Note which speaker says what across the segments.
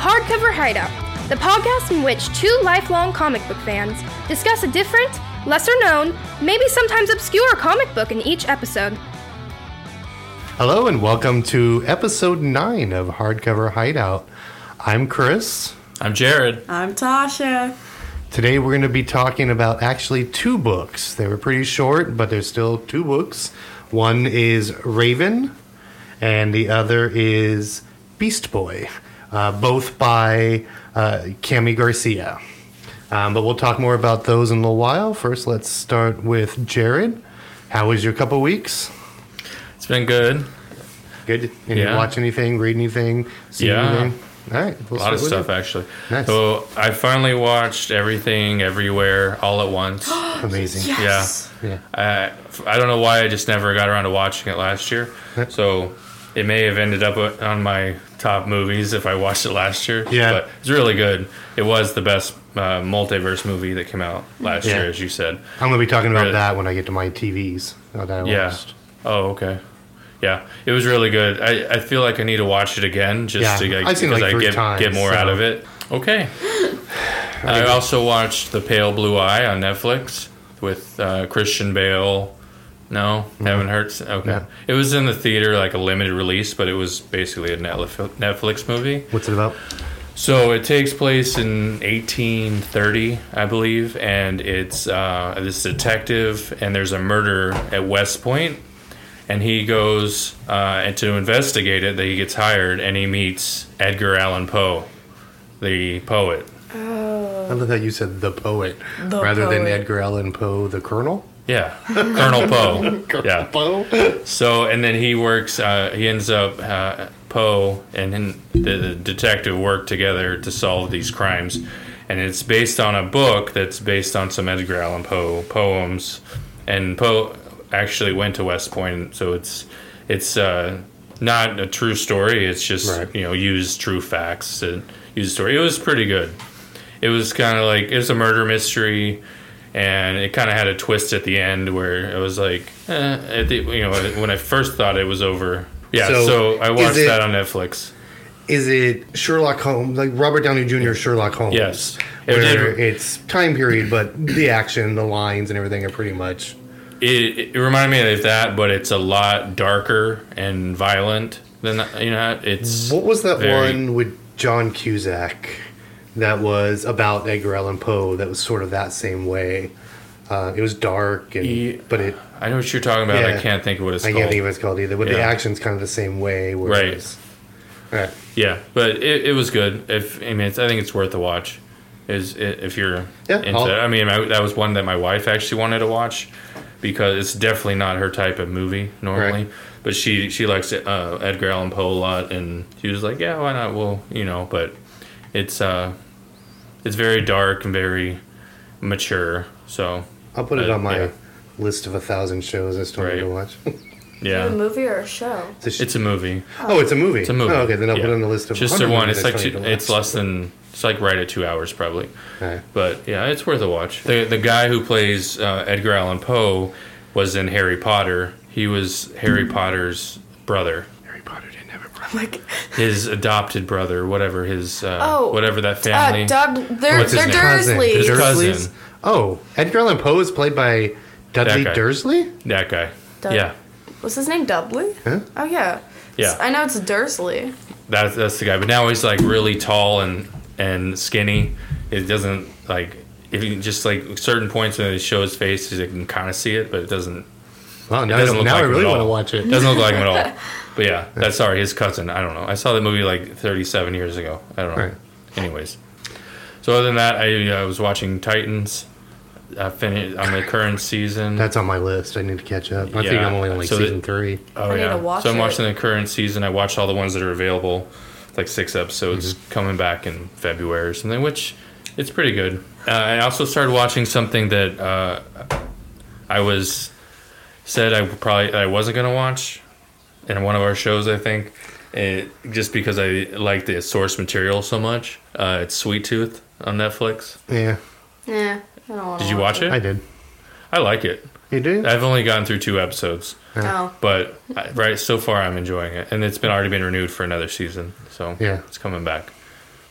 Speaker 1: Hardcover Hideout, the podcast in which two lifelong comic book fans discuss a different, lesser known, maybe sometimes obscure comic book in each episode.
Speaker 2: Hello and welcome to episode nine of Hardcover Hideout. I'm Chris.
Speaker 3: I'm Jared.
Speaker 4: I'm Tasha.
Speaker 2: Today we're going to be talking about actually two books. They were pretty short, but there's still two books. One is Raven, and the other is Beast Boy, uh, both by uh, Cami Garcia. Um, but we'll talk more about those in a little while. First, let's start with Jared. How was your couple weeks?
Speaker 3: It's been good.
Speaker 2: Good. You didn't
Speaker 3: Yeah.
Speaker 2: watch anything, read anything, see
Speaker 3: Yeah.
Speaker 2: anything? All right.
Speaker 3: A lot of stuff actually.
Speaker 2: Nice.
Speaker 3: So I finally watched everything, everywhere, all at once.
Speaker 2: Amazing.
Speaker 4: Yes.
Speaker 2: Yeah.
Speaker 3: I, I don't know why I just never got around to watching it last year. So it may have ended up on my top movies if I watched it last year.
Speaker 2: Yeah.
Speaker 3: But it's really good. It was the best uh, multiverse movie that came out last
Speaker 2: Yeah.
Speaker 3: year, as you said.
Speaker 2: I'm going to be talking about
Speaker 3: Really?
Speaker 2: that when I get to my TVs uh, that I
Speaker 3: Yeah.
Speaker 2: watched.
Speaker 3: Oh, okay. Yeah, it was really good. I, I feel like I need to watch it again just
Speaker 2: Yeah,
Speaker 3: to like,
Speaker 2: I've seen it like
Speaker 3: because I
Speaker 2: three
Speaker 3: get,
Speaker 2: times,
Speaker 3: get more out
Speaker 2: so-
Speaker 3: of it. Okay. I also watched The Pale Blue Eye on Netflix with uh, Christian Bale. No, haven't heard. s- Okay,
Speaker 2: No.
Speaker 3: it was in the theater like a limited release, but it was basically a Netli- Netflix movie.
Speaker 2: What's it about?
Speaker 3: So it takes place in 1830, I believe, and it's uh, this detective, and there's a murder at West Point, and he goes uh, and to investigate it. That he gets hired, and he meets Edgar Allan Poe, the poet.
Speaker 2: I love how you said the poet
Speaker 4: The
Speaker 2: rather than
Speaker 4: poet.
Speaker 2: Edgar Allan Poe, the Colonel.
Speaker 3: Yeah, Colonel Poe.
Speaker 2: Colonel
Speaker 3: Yeah.
Speaker 2: Poe.
Speaker 3: So, and then he works. Uh, he ends up uh, Poe and then the, the detective work together to solve these crimes, and it's based on a book that's based on some Edgar Allan Poe poems, and Poe actually went to West Point, so it's it's uh, not a true story. It's just
Speaker 2: Right.
Speaker 3: you know use true facts and use story. It was pretty good. It was kind of like it was a murder mystery and it kind of had a twist at the end where it was like, eh, at the, you know, when I first thought it was over. Yeah,
Speaker 2: So,
Speaker 3: so, I
Speaker 2: is
Speaker 3: watched
Speaker 2: it-
Speaker 3: that on Netflix.
Speaker 2: Is it Sherlock Holmes, like Robert Downey Jr. Sherlock Holmes?
Speaker 3: Yes. It,
Speaker 2: Where
Speaker 3: did,
Speaker 2: it's time period, but the action, the lines, and everything are pretty much.
Speaker 3: it, it reminded me of that, but it's a lot darker and violent than, that- you know, it's.
Speaker 2: What was that
Speaker 3: Very-
Speaker 2: one with John Cusack that was about Edgar Allan Poe that was sort of that same way? Uh, it was dark, and
Speaker 3: Ye-
Speaker 2: but it
Speaker 3: I know what you're talking about.
Speaker 2: Yeah.
Speaker 3: I can't think of what it's
Speaker 2: I
Speaker 3: called.
Speaker 2: can't think of what it's called either. But the
Speaker 3: Yeah.
Speaker 2: action's kind of the same way. Where
Speaker 3: Right.
Speaker 2: it's- Right.
Speaker 3: Yeah, but it, it was good. If I mean, it's, I think it's worth a watch. Is i- if you're
Speaker 2: Yeah,
Speaker 3: into
Speaker 2: I'll-
Speaker 3: that. I mean, I, that was one that my wife actually wanted to watch because it's definitely not her type of movie normally.
Speaker 2: Right.
Speaker 3: But she she likes uh, Edgar Allan Poe a lot, and she was like, "Yeah, why not?" Well, you know, but it's uh, it's very dark and very mature. So
Speaker 2: I'll put it
Speaker 3: Uh,
Speaker 2: on my
Speaker 3: yeah.
Speaker 2: list of a thousand shows I still need to
Speaker 3: Right.
Speaker 2: watch.
Speaker 3: yeah,
Speaker 1: movie or a show?
Speaker 2: it's a, sh-
Speaker 3: it's a movie.
Speaker 2: oh, it's a movie.
Speaker 3: It's a movie.
Speaker 2: Oh, okay, then I'll put
Speaker 3: Yeah.
Speaker 2: it on the list of
Speaker 3: just the
Speaker 2: 100
Speaker 3: one.
Speaker 2: movies
Speaker 3: It's
Speaker 2: I
Speaker 3: like
Speaker 2: still need
Speaker 3: two,
Speaker 2: to
Speaker 3: it's
Speaker 2: watch.
Speaker 3: less than it's like right at two hours probably.
Speaker 2: Alright.
Speaker 3: But yeah, it's worth a watch. The the guy who plays uh, Edgar Allan Poe was in Harry Potter. He was Harry
Speaker 4: Hmm.
Speaker 3: Potter's brother,
Speaker 2: Harry Potter didn't have a brother.
Speaker 4: Like,
Speaker 3: his adopted brother, whatever his uh,
Speaker 4: Oh,
Speaker 3: whatever that family.
Speaker 4: uh, Doug, they're,
Speaker 3: What's his
Speaker 4: they're
Speaker 3: name?
Speaker 2: Cousin.
Speaker 4: Dursley.
Speaker 3: His
Speaker 2: The
Speaker 3: cousin.
Speaker 2: Dursleys? Oh, Edgar Allan Poe is played by Dudley
Speaker 3: That guy.
Speaker 2: Dursley.
Speaker 3: that guy.
Speaker 4: Doug.
Speaker 3: Yeah,
Speaker 4: What's his name? Dudley?
Speaker 2: Huh?
Speaker 4: Oh, yeah.
Speaker 3: Yeah.
Speaker 4: I know it's Dursley.
Speaker 3: that's that's the guy. But now he's like really tall and and skinny. It doesn't like if you just like certain points when they show his face, you can kind of see it, but it doesn't
Speaker 2: Wow, now, I,
Speaker 3: doesn't look
Speaker 2: now I
Speaker 3: like him
Speaker 2: really
Speaker 3: at
Speaker 2: want to
Speaker 3: all.
Speaker 2: watch it.
Speaker 3: Doesn't look like him at all. But yeah, that's sorry, his cousin. I don't know. I saw the movie like 37 years ago. I don't know.
Speaker 2: Right.
Speaker 3: Anyways, so other than that, I uh, was watching Titans. I finished on the current season.
Speaker 2: That's on my list. I need to catch up. I think
Speaker 3: Yeah,
Speaker 2: I'm only on like
Speaker 3: so
Speaker 2: season
Speaker 3: that-
Speaker 2: three.
Speaker 3: oh
Speaker 4: I need to watch
Speaker 3: so I'm
Speaker 4: it.
Speaker 3: watching the current season. I watched all the ones that are available, It's like six episodes coming back in February or something, which it's pretty good. Uh, I also started watching something that uh, I was said I probably I wasn't gonna watch in one of our shows. I think it, just because I like the source material so much. Uh, it's Sweet Tooth on Netflix.
Speaker 2: Yeah,
Speaker 4: Yeah. I don't want
Speaker 3: Did you watch
Speaker 2: I
Speaker 3: it?
Speaker 2: did.
Speaker 3: I like it.
Speaker 2: You did?
Speaker 3: I've only gotten through two episodes.
Speaker 4: No.
Speaker 3: but I- right so far I'm enjoying it, and it's been already been renewed for another season, so
Speaker 2: Yeah.
Speaker 3: it's coming back.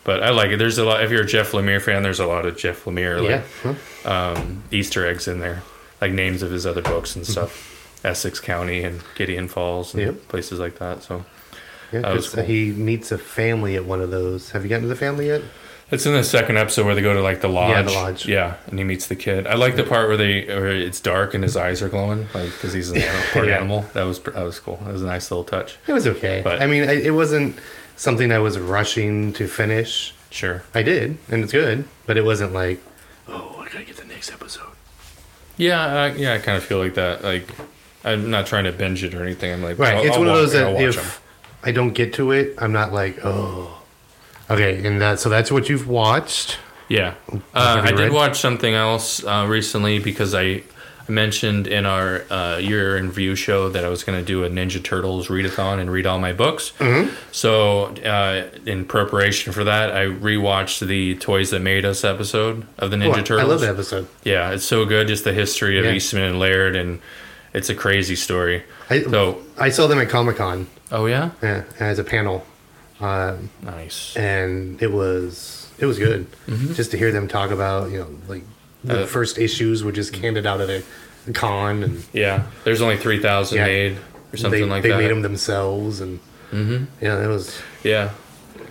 Speaker 3: But I like it. There's a lot. If you're a Jeff Lemire fan, there's a lot of Jeff Lemire
Speaker 2: Yeah.
Speaker 3: like um, Easter eggs in there, like names of his other books and stuff. Essex County and Gideon Falls and
Speaker 2: Mm-hmm. Yep.
Speaker 3: places like that. So
Speaker 2: Yeah,
Speaker 3: That was
Speaker 2: 'cause
Speaker 3: cool.
Speaker 2: He meets a family at one of those. Have you gotten to the family yet?
Speaker 3: It's in the second episode where they go to like the lodge.
Speaker 2: Yeah, the lodge.
Speaker 3: Yeah, and he meets the kid. I like the part where they where it's dark and his eyes are glowing, like because he's an animal, part
Speaker 2: Yeah.
Speaker 3: animal. That was pr- that was cool. That was a nice little touch.
Speaker 2: It was okay.
Speaker 3: But-
Speaker 2: I mean, I, it wasn't something I was rushing to finish.
Speaker 3: Sure.
Speaker 2: I did, and it's good, but it wasn't like, oh, I gotta get the next episode.
Speaker 3: Yeah, I, yeah. I kind of feel like that. Like I'm not trying to binge it or anything. I'm like,
Speaker 2: Right.
Speaker 3: I'll-
Speaker 2: it's
Speaker 3: I'll
Speaker 2: one of
Speaker 3: walk-
Speaker 2: those that
Speaker 3: I'll watch
Speaker 2: if
Speaker 3: 'em.
Speaker 2: I don't get to it, I'm not like, oh. Okay, and that so that's what you've watched.
Speaker 3: Yeah. Uh,
Speaker 2: Have
Speaker 3: I
Speaker 2: you
Speaker 3: did
Speaker 2: read?
Speaker 3: watch something else uh, recently because I mentioned in our uh, year in review show that I was going to do a Ninja Turtles readathon and read all my books. Mm-hmm. So, uh, in preparation for that, I rewatched the Toys That Made Us episode of the Ninja
Speaker 2: Oh,
Speaker 3: Turtles.
Speaker 2: I love that episode.
Speaker 3: Yeah, it's so good. Just the history of
Speaker 2: Yeah.
Speaker 3: Eastman and Laird, and it's a crazy story.
Speaker 2: I,
Speaker 3: so,
Speaker 2: I saw them at Comic Con
Speaker 3: oh yeah,
Speaker 2: yeah, as a panel,
Speaker 3: nice.
Speaker 2: and it was it was good just to hear them talk about you know like the
Speaker 3: Mm-hmm. Uh,
Speaker 2: first issues were just handed out at a con and
Speaker 3: Yeah, there's only three thousand
Speaker 2: Yeah.
Speaker 3: made or something
Speaker 2: they,
Speaker 3: like
Speaker 2: they
Speaker 3: that. Mm-hmm.
Speaker 2: made them themselves and yeah, that was
Speaker 3: Yeah.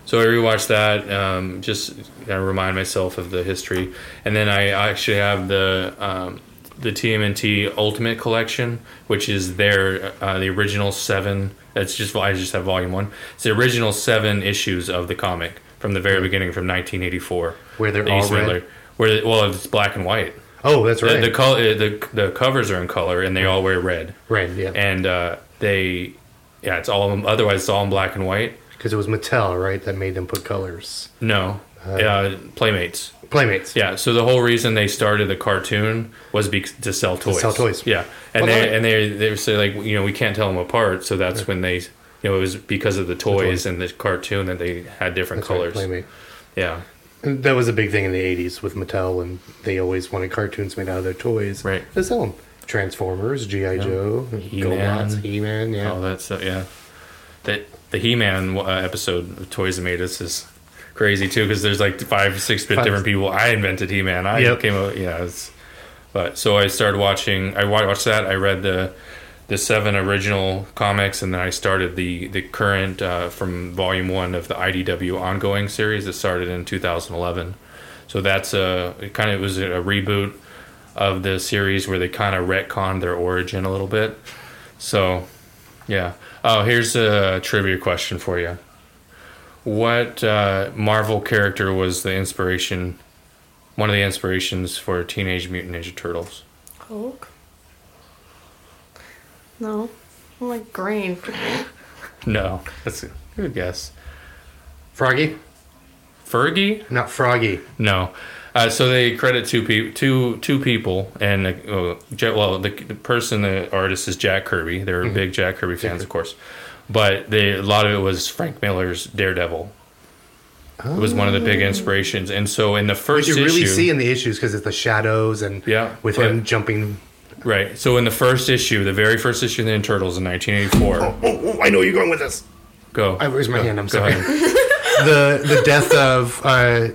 Speaker 3: So I rewatched that um, just kind of remind myself of the history, and then I actually have the um, the TMNT Ultimate Collection, which is their uh, the original seven. It's just I just have volume one. It's the original seven issues of the comic from the very beginning from 1984,
Speaker 2: Hmm. Where they're
Speaker 3: The
Speaker 2: all
Speaker 3: Eastman
Speaker 2: red?
Speaker 3: Laird- Where they- well, it's black and white.
Speaker 2: oh that's
Speaker 3: The,
Speaker 2: right
Speaker 3: the color the the covers are in color,
Speaker 2: Hmm.
Speaker 3: and they all wear red.
Speaker 2: red yeah
Speaker 3: And uh, they yeah, it's all otherwise it's all in black and white.
Speaker 2: because it was Mattel right that made them put colors
Speaker 3: No. Uh, Playmates.
Speaker 2: Playmates
Speaker 3: Yeah. So the whole reason they started the cartoon was bec to sell toys.
Speaker 2: sell toys.
Speaker 3: Yeah. And
Speaker 2: Well,
Speaker 3: they
Speaker 2: that-
Speaker 3: and they they say like you know we can't tell them apart, so that's when they you know it was because of the toys and the cartoon that they had different
Speaker 2: That's right,
Speaker 3: colors.
Speaker 2: Playmate
Speaker 3: yeah.
Speaker 2: that was a big thing in the 80s with Mattel and they always wanted cartoons made out of their toys
Speaker 3: Right.
Speaker 2: to sell them Transformers GI Joe
Speaker 3: He-Man. Oh,
Speaker 2: Go-Bots, He-Man yeah
Speaker 3: All that stuff. Yeah. That the He-Man uh, episode of Toys That Made Us is crazy too because there's like five, six bit
Speaker 2: Five.
Speaker 3: different people. I invented He-Man. I
Speaker 2: Yep.
Speaker 3: came up. Yeah. It's, but so I started watching. I wa- watched that. I read the the seven original comics, and then I started the the current uh, from volume one of the IDW ongoing series that started in 2011. So that's a it kind of was a reboot of the series where they kind of retconned their origin a little bit. So, yeah. Oh, here's a trivia question for you. What uh, Marvel character was the inspiration? One of the inspirations for Teenage Mutant Ninja Turtles.
Speaker 4: Hulk? No. I'm like green.
Speaker 3: No, that's a good guess.
Speaker 2: Froggy
Speaker 3: Fergie?
Speaker 2: not Froggy
Speaker 3: No. Uh, so they credit two people, two two people, and uh, Ja- well, the, the person, the artist is Jack Kirby. They're
Speaker 2: Mm-hmm.
Speaker 3: big Jack Kirby fans, of course, but they, a lot of it was Frank Miller's Daredevil. It was one of the big inspirations, and so in the
Speaker 2: But
Speaker 3: first
Speaker 2: Oh. you really
Speaker 3: issue,
Speaker 2: see in the issues because it's the shadows and
Speaker 3: Yeah,
Speaker 2: with
Speaker 3: but-
Speaker 2: him jumping
Speaker 3: right? So in the first issue, the very first issue of the Turtles in 1984,
Speaker 2: oh, I know where you're going with this.
Speaker 3: go.
Speaker 2: I raised my
Speaker 3: Go-
Speaker 2: hand. I'm
Speaker 3: Oh, go
Speaker 2: sorry.
Speaker 3: ahead.
Speaker 2: the the death of uh,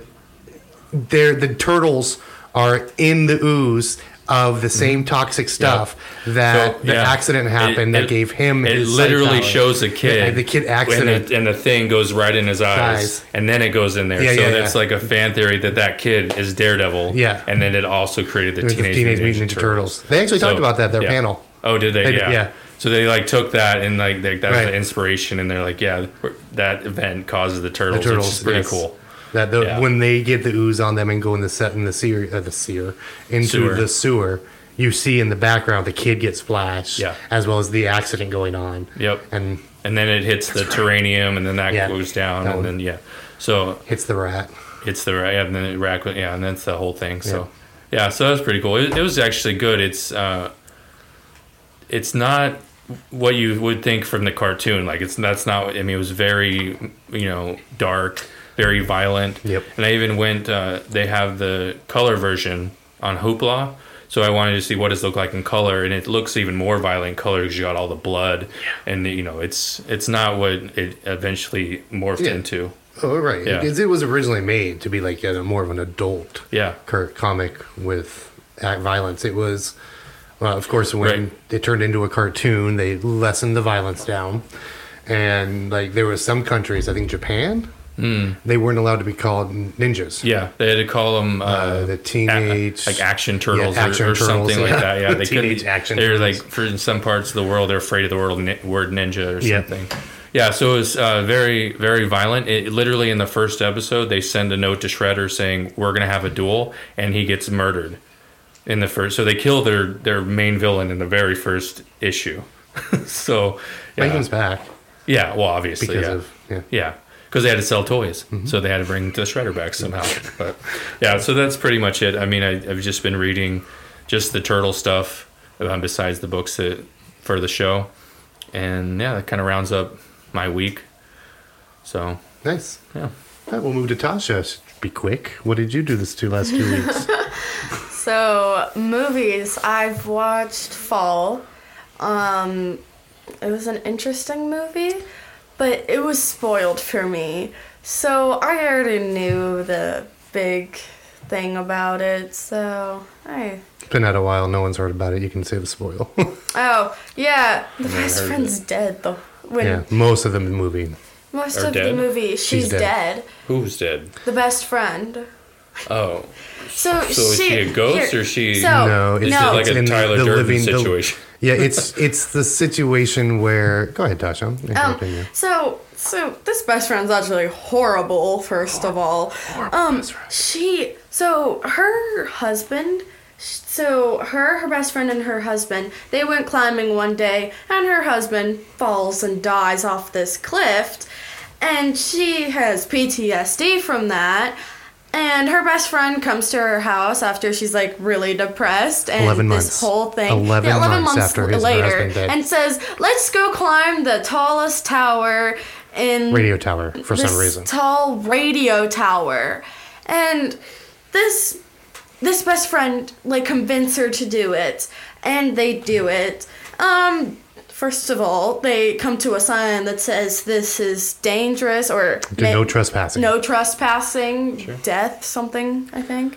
Speaker 2: their the turtles are in the ooze of the same toxic stuff that
Speaker 3: Mm-hmm. So,
Speaker 2: the
Speaker 3: yeah.
Speaker 2: accident happened
Speaker 3: It-
Speaker 2: that
Speaker 3: it-
Speaker 2: gave him.
Speaker 3: It
Speaker 2: his
Speaker 3: literally
Speaker 2: psych power.
Speaker 3: shows the kid.
Speaker 2: Yeah, the kid
Speaker 3: And
Speaker 2: accident.
Speaker 3: the, and the thing goes right in his eyes,
Speaker 2: Eyes.
Speaker 3: and then it goes in there.
Speaker 2: Yeah,
Speaker 3: so
Speaker 2: yeah,
Speaker 3: that's
Speaker 2: yeah.
Speaker 3: like a fan theory that that kid is Daredevil.
Speaker 2: Yeah.
Speaker 3: and then it also created the
Speaker 2: With the
Speaker 3: Teenage,
Speaker 2: Teenage
Speaker 3: Mutant Ninja Turtles.
Speaker 2: They actually talked
Speaker 3: So,
Speaker 2: about that their
Speaker 3: yeah.
Speaker 2: panel.
Speaker 3: Oh, did they?
Speaker 2: They did,
Speaker 3: yeah.
Speaker 2: yeah.
Speaker 3: So they like took that and like they, that was
Speaker 2: Right.
Speaker 3: the inspiration, and they're like, yeah, we're- that event causes the turtles,
Speaker 2: The turtles,
Speaker 3: which is pretty
Speaker 2: yes.
Speaker 3: cool.
Speaker 2: That the,
Speaker 3: Yeah.
Speaker 2: when they get the ooze on them and go in the set in the seer, uh, the seer into
Speaker 3: Sewer.
Speaker 2: the sewer, you see in the background the kid gets splashed,
Speaker 3: Yeah.
Speaker 2: as well as the accident going on.
Speaker 3: Yep.
Speaker 2: and
Speaker 3: And then it hits the terranium, and then that
Speaker 2: Yeah.
Speaker 3: goes down,
Speaker 2: That
Speaker 3: and
Speaker 2: one.
Speaker 3: then yeah. So
Speaker 2: hits the rat.
Speaker 3: It's the yeah, and then it rack, yeah, and that's the whole thing. So yeah, so that's pretty cool. It, it was actually good. It's uh, it's not what you would think from the cartoon. Like it's that's not. I mean, it was very you know dark, very violent.
Speaker 2: Yep.
Speaker 3: And I even went. Uh, they have the color version on Hoopla. So I wanted to see what does it look like in color, and it looks even more violent in color because you got all the blood, and you know it's it's not what it eventually morphed
Speaker 2: Yeah.
Speaker 3: into.
Speaker 2: Oh, right.
Speaker 3: Yeah.
Speaker 2: Because it was originally made to be like a, more of an adult
Speaker 3: Yeah.
Speaker 2: cur- comic with act violence. It was, well, of course, when
Speaker 3: Right.
Speaker 2: it turned into a cartoon, they lessened the violence down. And like there was some countries, I think Japan, they weren't allowed to be called ninjas.
Speaker 3: Hmm. Yeah, they had to call them uh,
Speaker 2: Uh, the teenage-
Speaker 3: like action turtles
Speaker 2: Yeah, Action
Speaker 3: or, or something
Speaker 2: Turtles,
Speaker 3: like
Speaker 2: yeah.
Speaker 3: that. Yeah, they
Speaker 2: Teenage
Speaker 3: couldn't-
Speaker 2: Action
Speaker 3: They're like
Speaker 2: Turtles.
Speaker 3: for in some parts of the world, they're afraid of the word, ni- word ninja or
Speaker 2: Yeah.
Speaker 3: something. Yeah, so it was uh, very very violent. It, literally in the first episode, they send a note to Shredder saying we're gonna have a duel, and he gets murdered in the first. So they kill their their main villain in the very first issue. so yeah,
Speaker 2: But he comes back
Speaker 3: yeah, well obviously
Speaker 2: because
Speaker 3: yeah. Mm-hmm.
Speaker 2: of yeah.
Speaker 3: Yeah, because they had to sell toys, so they had to bring the shredder back somehow. but yeah, so that's pretty much it. I mean, I, I've just been reading just the turtle stuff um, besides the books that for the show, and yeah, that kind of rounds up my week. So
Speaker 2: Nice.
Speaker 3: yeah,
Speaker 2: All right, we'll move to Tasha. Should Be quick. What did you do this two last two weeks?
Speaker 4: So movies, I've watched Fall. Um, it was an interesting movie, but it was spoiled for me. So I already knew the big thing about it. So I
Speaker 2: it's been out a while. No one's heard about it. You can say the spoil.
Speaker 4: oh yeah, the
Speaker 3: Never
Speaker 4: best
Speaker 3: heard of
Speaker 4: friend's dead. The when
Speaker 2: yeah, most of the movie.
Speaker 4: most
Speaker 3: Or
Speaker 4: of the
Speaker 3: dead?
Speaker 4: movie she's,
Speaker 2: dead.
Speaker 4: dead.
Speaker 3: who's dead?
Speaker 4: The best friend.
Speaker 3: Oh,
Speaker 4: So,
Speaker 3: so is she a ghost or is she?
Speaker 4: So- Oh,
Speaker 2: no,
Speaker 3: Is
Speaker 4: no.
Speaker 3: it like
Speaker 2: in
Speaker 3: a
Speaker 2: the-
Speaker 3: Tyler
Speaker 2: the
Speaker 3: Durden
Speaker 2: living- the-
Speaker 3: situation?
Speaker 2: Yeah, it's it's the situation where. Go ahead, Tasha. I'm
Speaker 4: Um,
Speaker 2: interrupting you.
Speaker 4: so so this best friend's actually horrible. First of all, um, she so her husband. So her, her best friend, and her husband, they went climbing one day, and her husband falls and dies off this cliff, and she has PTSD from that. And her best friend comes to her house after she's like really depressed, and
Speaker 2: 11
Speaker 4: this
Speaker 2: months.
Speaker 4: whole thing,
Speaker 2: 11 months after his- her husband died.
Speaker 4: and says, "Let's go climb the tallest tower in
Speaker 2: Radio Tower for
Speaker 4: this
Speaker 2: some reason.
Speaker 4: tall radio tower," and this this best friend like convince her to do it, and they do it. Um. First of all, they come to a sign that says this is dangerous or
Speaker 2: Do no trespassing.
Speaker 4: no trespassing, death something, I think.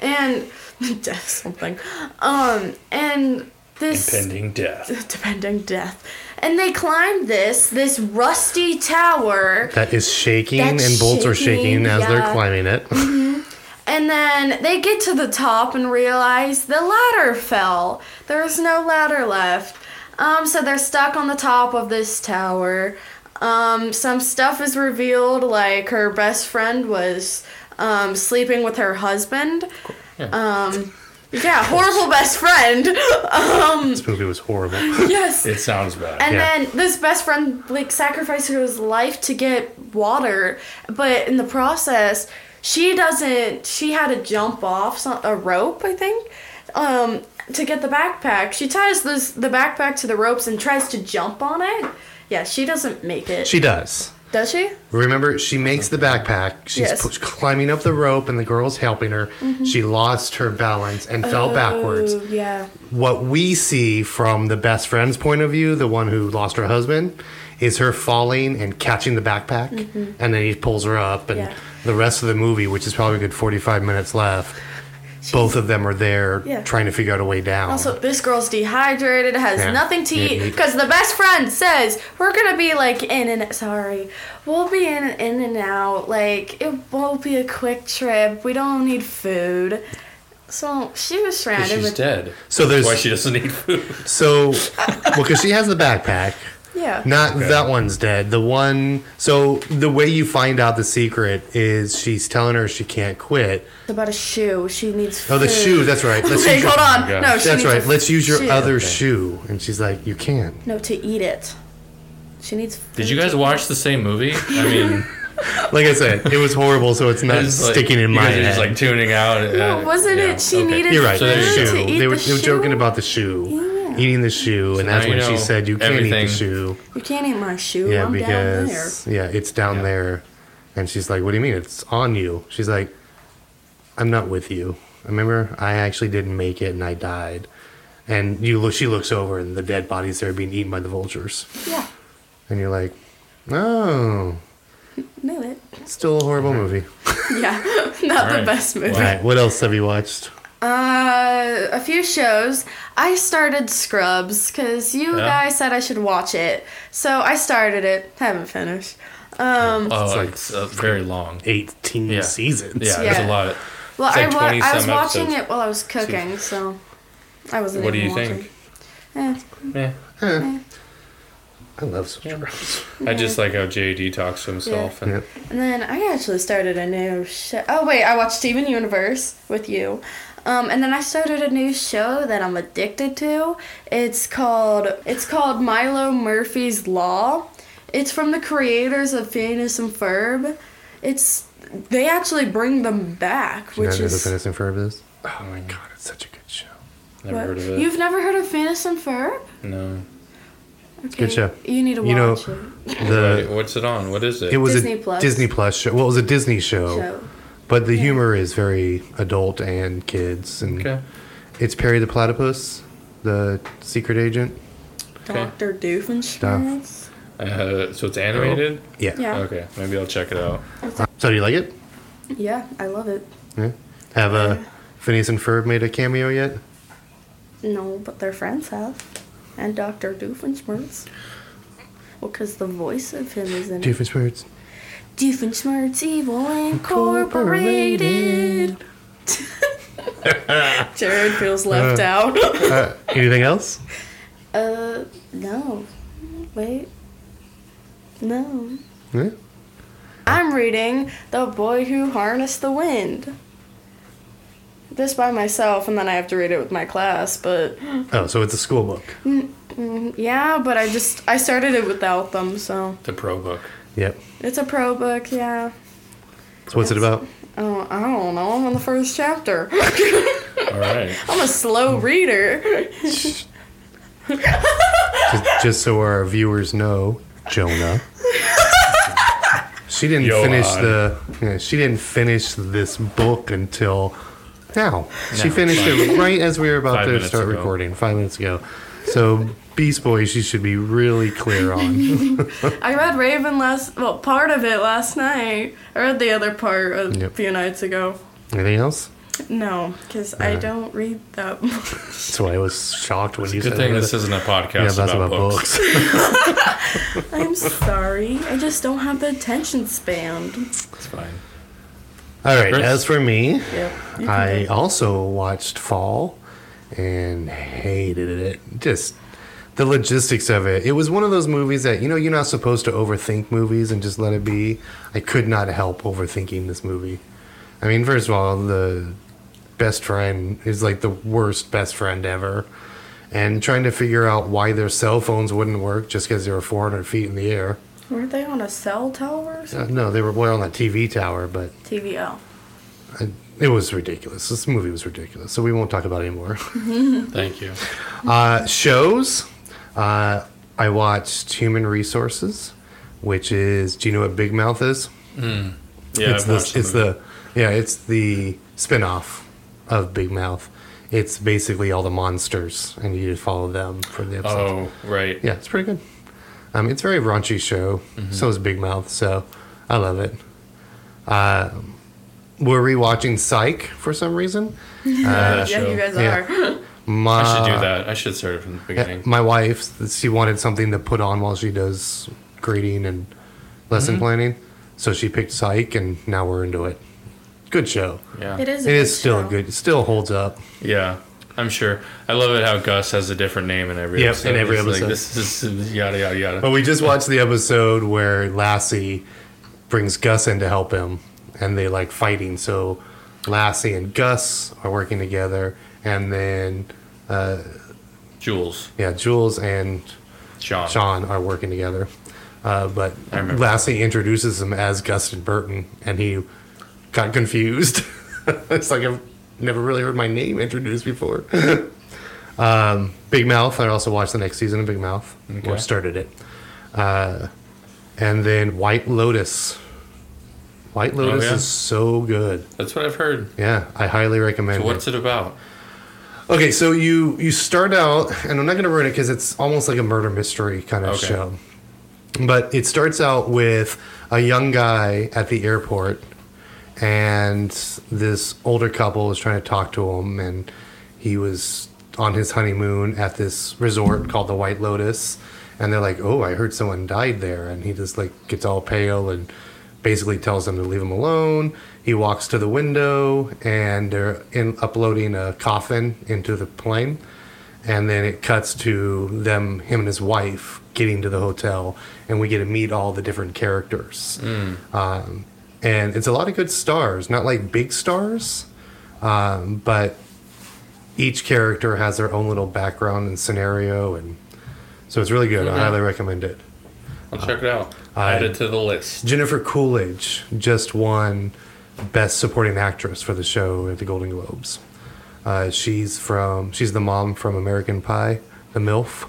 Speaker 4: And death something. Um and this
Speaker 3: Pending death.
Speaker 4: depending death. And they climb this this rusty tower,
Speaker 2: That is shaking,
Speaker 4: That's
Speaker 2: and bolts are shaking
Speaker 4: shaking,
Speaker 2: as they're
Speaker 4: yeah. Mm-hmm.
Speaker 2: climbing it.
Speaker 4: and then they get to the top and realize the ladder fell. There's no ladder left. Um, so they're stuck on the top of this tower. Um, some stuff is revealed, like her best friend was um, sleeping with her husband. Um, yeah, horrible best friend. Um,
Speaker 2: this movie was horrible.
Speaker 4: yes.
Speaker 3: It sounds bad.
Speaker 4: And
Speaker 2: Yeah.
Speaker 4: then this best friend like sacrificed his life to get water, but in the process, she doesn't. She had to jump off some, a rope, I think, um, to get the backpack. She ties this the backpack to the ropes and tries to jump on it. Yeah, she doesn't make it.
Speaker 2: She does.
Speaker 4: does she?
Speaker 2: Remember, she makes the backpack. She's
Speaker 4: Yes. Mm-hmm.
Speaker 2: pu- climbing up the rope, and the girl's helping her. She lost her balance and fell backwards.
Speaker 4: Oh, yeah.
Speaker 2: What we see from the best friend's point of view, the one who lost her husband, is her falling and catching the backpack, and then he pulls her up. And
Speaker 4: Mm-hmm. Yeah.
Speaker 2: the rest of the movie, which is probably a good forty-five minutes left, both of them are there
Speaker 4: Yeah.
Speaker 2: trying to figure out a way down.
Speaker 4: Also, this girl's dehydrated, has
Speaker 2: Yeah.
Speaker 4: nothing to
Speaker 2: Yeah,
Speaker 4: eat
Speaker 2: yeah.
Speaker 4: because the best friend says we're gonna be like in and sorry, we'll be in in and out. Like it won't be a quick trip. We don't need food. So she was stranded.
Speaker 3: She's
Speaker 4: with,
Speaker 3: dead.
Speaker 2: So there's-
Speaker 3: why she doesn't need food.
Speaker 2: so, well, because she has the backpack.
Speaker 4: Yeah.
Speaker 2: Not that one's dead. The one. So the way you find out the secret is she's telling her she can't quit.
Speaker 4: It's about a shoe. She needs. Food.
Speaker 2: Oh, the shoe. That's right. Let's
Speaker 4: Like,
Speaker 2: use your-
Speaker 4: Hmm. hold on.
Speaker 3: Yeah.
Speaker 4: No, she
Speaker 2: That's
Speaker 4: needs
Speaker 2: right.
Speaker 4: a
Speaker 2: Let's use your
Speaker 4: shoe.
Speaker 2: other shoe. And she's like, you can.
Speaker 4: No, to eat it. She needs.
Speaker 3: Did you guys watch the same movie? I mean,
Speaker 2: Like I said, it was horrible, so it's not
Speaker 3: it's like-
Speaker 2: sticking in
Speaker 3: you
Speaker 2: my
Speaker 3: guys are
Speaker 2: head.
Speaker 3: Just like tuning out.
Speaker 4: No,
Speaker 3: uh,
Speaker 4: wasn't
Speaker 3: yeah,
Speaker 4: it? She
Speaker 3: okay.
Speaker 4: needed.
Speaker 2: You're right.
Speaker 3: So there's
Speaker 4: food
Speaker 3: a
Speaker 2: the
Speaker 4: to
Speaker 2: shoe.
Speaker 4: eat
Speaker 2: They were,
Speaker 4: the
Speaker 2: they were
Speaker 4: shoe?
Speaker 2: joking about the shoe, eating the shoe, and that's
Speaker 3: now you
Speaker 2: when she
Speaker 3: know
Speaker 2: said you can't eat
Speaker 3: everything.
Speaker 2: the shoe.
Speaker 4: You can't eat my shoe.
Speaker 2: Yeah,
Speaker 4: I'm down there.
Speaker 2: because yeah, it's down
Speaker 3: Yeah.
Speaker 2: there, and she's like, "What do you mean it's on you?" She's like, "I'm not with you. Remember, I actually didn't make it, and I died." And you look, she looks over, and the dead body's there being eaten by the vultures,
Speaker 4: Yeah.
Speaker 2: and you're like, "Oh,
Speaker 4: know it.
Speaker 2: Still a horrible
Speaker 3: Mm-hmm.
Speaker 2: movie.
Speaker 4: Yeah, not the
Speaker 3: right.
Speaker 4: best movie.
Speaker 2: All right, what else have you watched?
Speaker 4: Uh, a few shows. I started Scrubs because you
Speaker 3: Yeah.
Speaker 4: guys said I should watch it, so I started it. Haven't finished. Um,
Speaker 3: Oh,
Speaker 2: It's
Speaker 3: it's,
Speaker 2: like-
Speaker 3: uh, very long.
Speaker 2: 18
Speaker 3: Yeah.
Speaker 2: seasons.
Speaker 3: Yeah, there's
Speaker 4: Yeah.
Speaker 3: a lot. Of,
Speaker 4: well,
Speaker 3: it's like
Speaker 4: I, wa-
Speaker 3: 20
Speaker 4: I was
Speaker 3: some
Speaker 4: watching
Speaker 3: episodes.
Speaker 4: it while I was cooking, so I wasn't.
Speaker 3: what do
Speaker 4: even
Speaker 3: you think?
Speaker 4: watching.
Speaker 3: Eh.
Speaker 2: I love Scrubs.
Speaker 3: I just like how JD talks to himself. And
Speaker 2: Yeah.
Speaker 4: Eh. And then I actually started a new show. Oh wait, I watched Steven Universe with you. Um, and then I started a new show that I'm addicted to. It's called it's called Milo Murphy's Law. It's from the creators of Phineas and Ferb. It's they actually bring them back,
Speaker 2: Do you know
Speaker 4: which
Speaker 2: who the
Speaker 4: is
Speaker 2: Phineas and Ferb is? Oh my god, it's such a good show.
Speaker 3: Never
Speaker 4: what-
Speaker 3: heard of it.
Speaker 4: You've never heard of Phineas and Ferb?
Speaker 3: no.
Speaker 4: Okay,
Speaker 2: good show.
Speaker 4: You need to watch
Speaker 2: You know,
Speaker 4: it.
Speaker 3: Wait,
Speaker 2: The
Speaker 3: what's it on? What is it?
Speaker 2: it was
Speaker 4: Disney
Speaker 2: a
Speaker 4: Plus.
Speaker 2: Disney Plus show. Well, it was a Disney show,
Speaker 4: Show.
Speaker 2: but the humor is very adult and kids. And
Speaker 3: okay.
Speaker 2: it's Perry the Platypus, the secret agent.
Speaker 3: Okay.
Speaker 4: Doctor Doofenshmirtz.
Speaker 3: Uh, so it's animated.
Speaker 2: Yeah.
Speaker 4: Yeah.
Speaker 3: Okay, maybe I'll check it out.
Speaker 2: So do you like it?
Speaker 4: Yeah, I love it.
Speaker 2: Yeah. Have uh, Phineas and Ferb made a cameo yet?
Speaker 4: No, but their friends have. And Dr. Doofenshmirtz. Well, because the voice of him is in it.
Speaker 2: Doofenshmirtz.
Speaker 4: Doofenshmirtz Evil Incorporated. Jared feels left out.
Speaker 2: Uh, anything else?
Speaker 4: Uh, no. Wait. No.
Speaker 2: Yeah.
Speaker 4: I'm reading The Boy Who Harnessed the Wind. This by myself, and then I have to read it with my class, but. mm,
Speaker 2: Oh, so it's a school book.
Speaker 4: Yeah, but I just. I started it without them, so.
Speaker 3: The Pro Book.
Speaker 2: Yep.
Speaker 4: It's a pro book, yeah.
Speaker 2: So what's it about?
Speaker 4: Oh, I don't know. I'm on the first chapter.
Speaker 3: All right.
Speaker 4: I'm a slow
Speaker 2: Hmm.
Speaker 4: reader.
Speaker 2: just, just so our viewers know, Jonah. She didn't
Speaker 3: Johan.
Speaker 2: finish the. yeah, she didn't finish this book until now. She
Speaker 3: No,
Speaker 2: finished it right as we were about
Speaker 3: Five
Speaker 2: to
Speaker 3: minutes
Speaker 2: start
Speaker 3: ago.
Speaker 2: recording, five minutes ago. So Beast Boy, she should be really clear on.
Speaker 4: I read Raven last, well, part of it last night. I read the other part a
Speaker 2: Yep.
Speaker 4: few nights ago.
Speaker 2: Anything else?
Speaker 4: No, because I don't read that much.
Speaker 2: That's why I was shocked when you
Speaker 3: Good
Speaker 2: said
Speaker 3: thing
Speaker 2: that.
Speaker 3: this isn't a
Speaker 2: yeah,
Speaker 3: podcast
Speaker 2: that's about,
Speaker 3: about, books.
Speaker 2: books.
Speaker 4: I'm sorry. I just don't have the attention span.
Speaker 3: It's fine.
Speaker 2: All right.
Speaker 3: Chris?
Speaker 2: As for me,
Speaker 4: Yep.
Speaker 2: I also watched Fall and hated it. Just the logistics of it. It was one of those movies that, you know, you're not supposed to overthink movies and just let it be. I could not help overthinking this movie. I mean, first of all, the best friend is like the worst best friend ever. And trying to figure out why their cell phones wouldn't work just because they were 400 feet in the air.
Speaker 4: Weren't they on a cell tower or something? oh.
Speaker 2: Uh, no, they were well on a TV tower, but
Speaker 4: TVL.
Speaker 2: I, it was ridiculous. This movie was ridiculous. So we won't talk about it anymore.
Speaker 3: Thank you.
Speaker 2: Uh, shows. Uh, I watched Human Resources, which is. Do you know what Big Mouth is?
Speaker 3: Yeah,
Speaker 2: it's
Speaker 3: I've
Speaker 2: the,
Speaker 3: watched
Speaker 2: it's
Speaker 3: movie.
Speaker 2: the yeah, it's the spin-off of Big Mouth. It's basically all the monsters, and you just follow them for the episode.
Speaker 3: Oh right.
Speaker 2: Yeah, it's pretty good. Um, it's a very raunchy show.
Speaker 3: Mm-hmm.
Speaker 2: So is Big Mouth. So I love it. Uh, we're rewatching Psych for some reason.
Speaker 4: yeah,
Speaker 3: show.
Speaker 4: you guys
Speaker 2: Yeah.
Speaker 4: are.
Speaker 2: My,
Speaker 3: I should do that. I should start it from the
Speaker 2: Uh, Yeah,
Speaker 3: beginning.
Speaker 2: my wife, she wanted something to put on while she does grading and lesson
Speaker 4: Mm-hmm.
Speaker 2: planning, so she picked Psych, and now we're into it. Good show.
Speaker 3: Yeah.
Speaker 4: It is.
Speaker 2: It is still
Speaker 4: show.
Speaker 2: good. It still holds up.
Speaker 3: Yeah, I'm sure. I love it how Gus has a different name in every
Speaker 2: Yep,
Speaker 3: episode.
Speaker 2: in every
Speaker 3: It's like,
Speaker 2: episode. Oh.
Speaker 3: this is yada yada
Speaker 2: But
Speaker 3: yada.
Speaker 2: we just watched the episode where Lassie brings Gus in to help him, and they like fighting. So Lassie and Gus are working together, and then
Speaker 3: Jules,
Speaker 2: yeah, Jules and
Speaker 3: Sean.
Speaker 2: Sean are working together. Uh, but
Speaker 3: I remember.
Speaker 2: Lassie introduces him as Gustin Burton, and he got confused. it's like I've never really heard my name introduced before. um, Big Mouth. I also watched the next season of Big Mouth, or
Speaker 3: Okay.
Speaker 2: started it. Uh, and then White Lotus. White Lotus
Speaker 3: Oh, yeah?
Speaker 2: is so good.
Speaker 3: That's what I've heard.
Speaker 2: Yeah, I highly recommend it.
Speaker 3: What's it about?
Speaker 2: Okay, so you you start out, and I'm not going to ruin it because it's almost like a murder mystery kind of
Speaker 3: Okay.
Speaker 2: show. But it starts out with a young guy at the airport, and this older couple is trying to talk to him, and he was on his honeymoon at this resort called the White Lotus, and they're like, "Oh, I heard someone died there," and he just like gets all pale and basically tells them to leave him alone. He walks to the window, and they're in uploading a coffin into the plane and then it cuts to them him and his wife getting to the hotel and we get to meet all the different characters um, and it's a lot of good stars not like big stars um, but each character has their own little background and scenario and so it's really good
Speaker 3: Mm-hmm.
Speaker 2: i highly recommend it
Speaker 3: I'll check it out.
Speaker 2: I-
Speaker 3: Add it to the list.
Speaker 2: jennifer coolidge just won best supporting actress for the show at the golden globes uh, she's from she's the mom from american pie the milf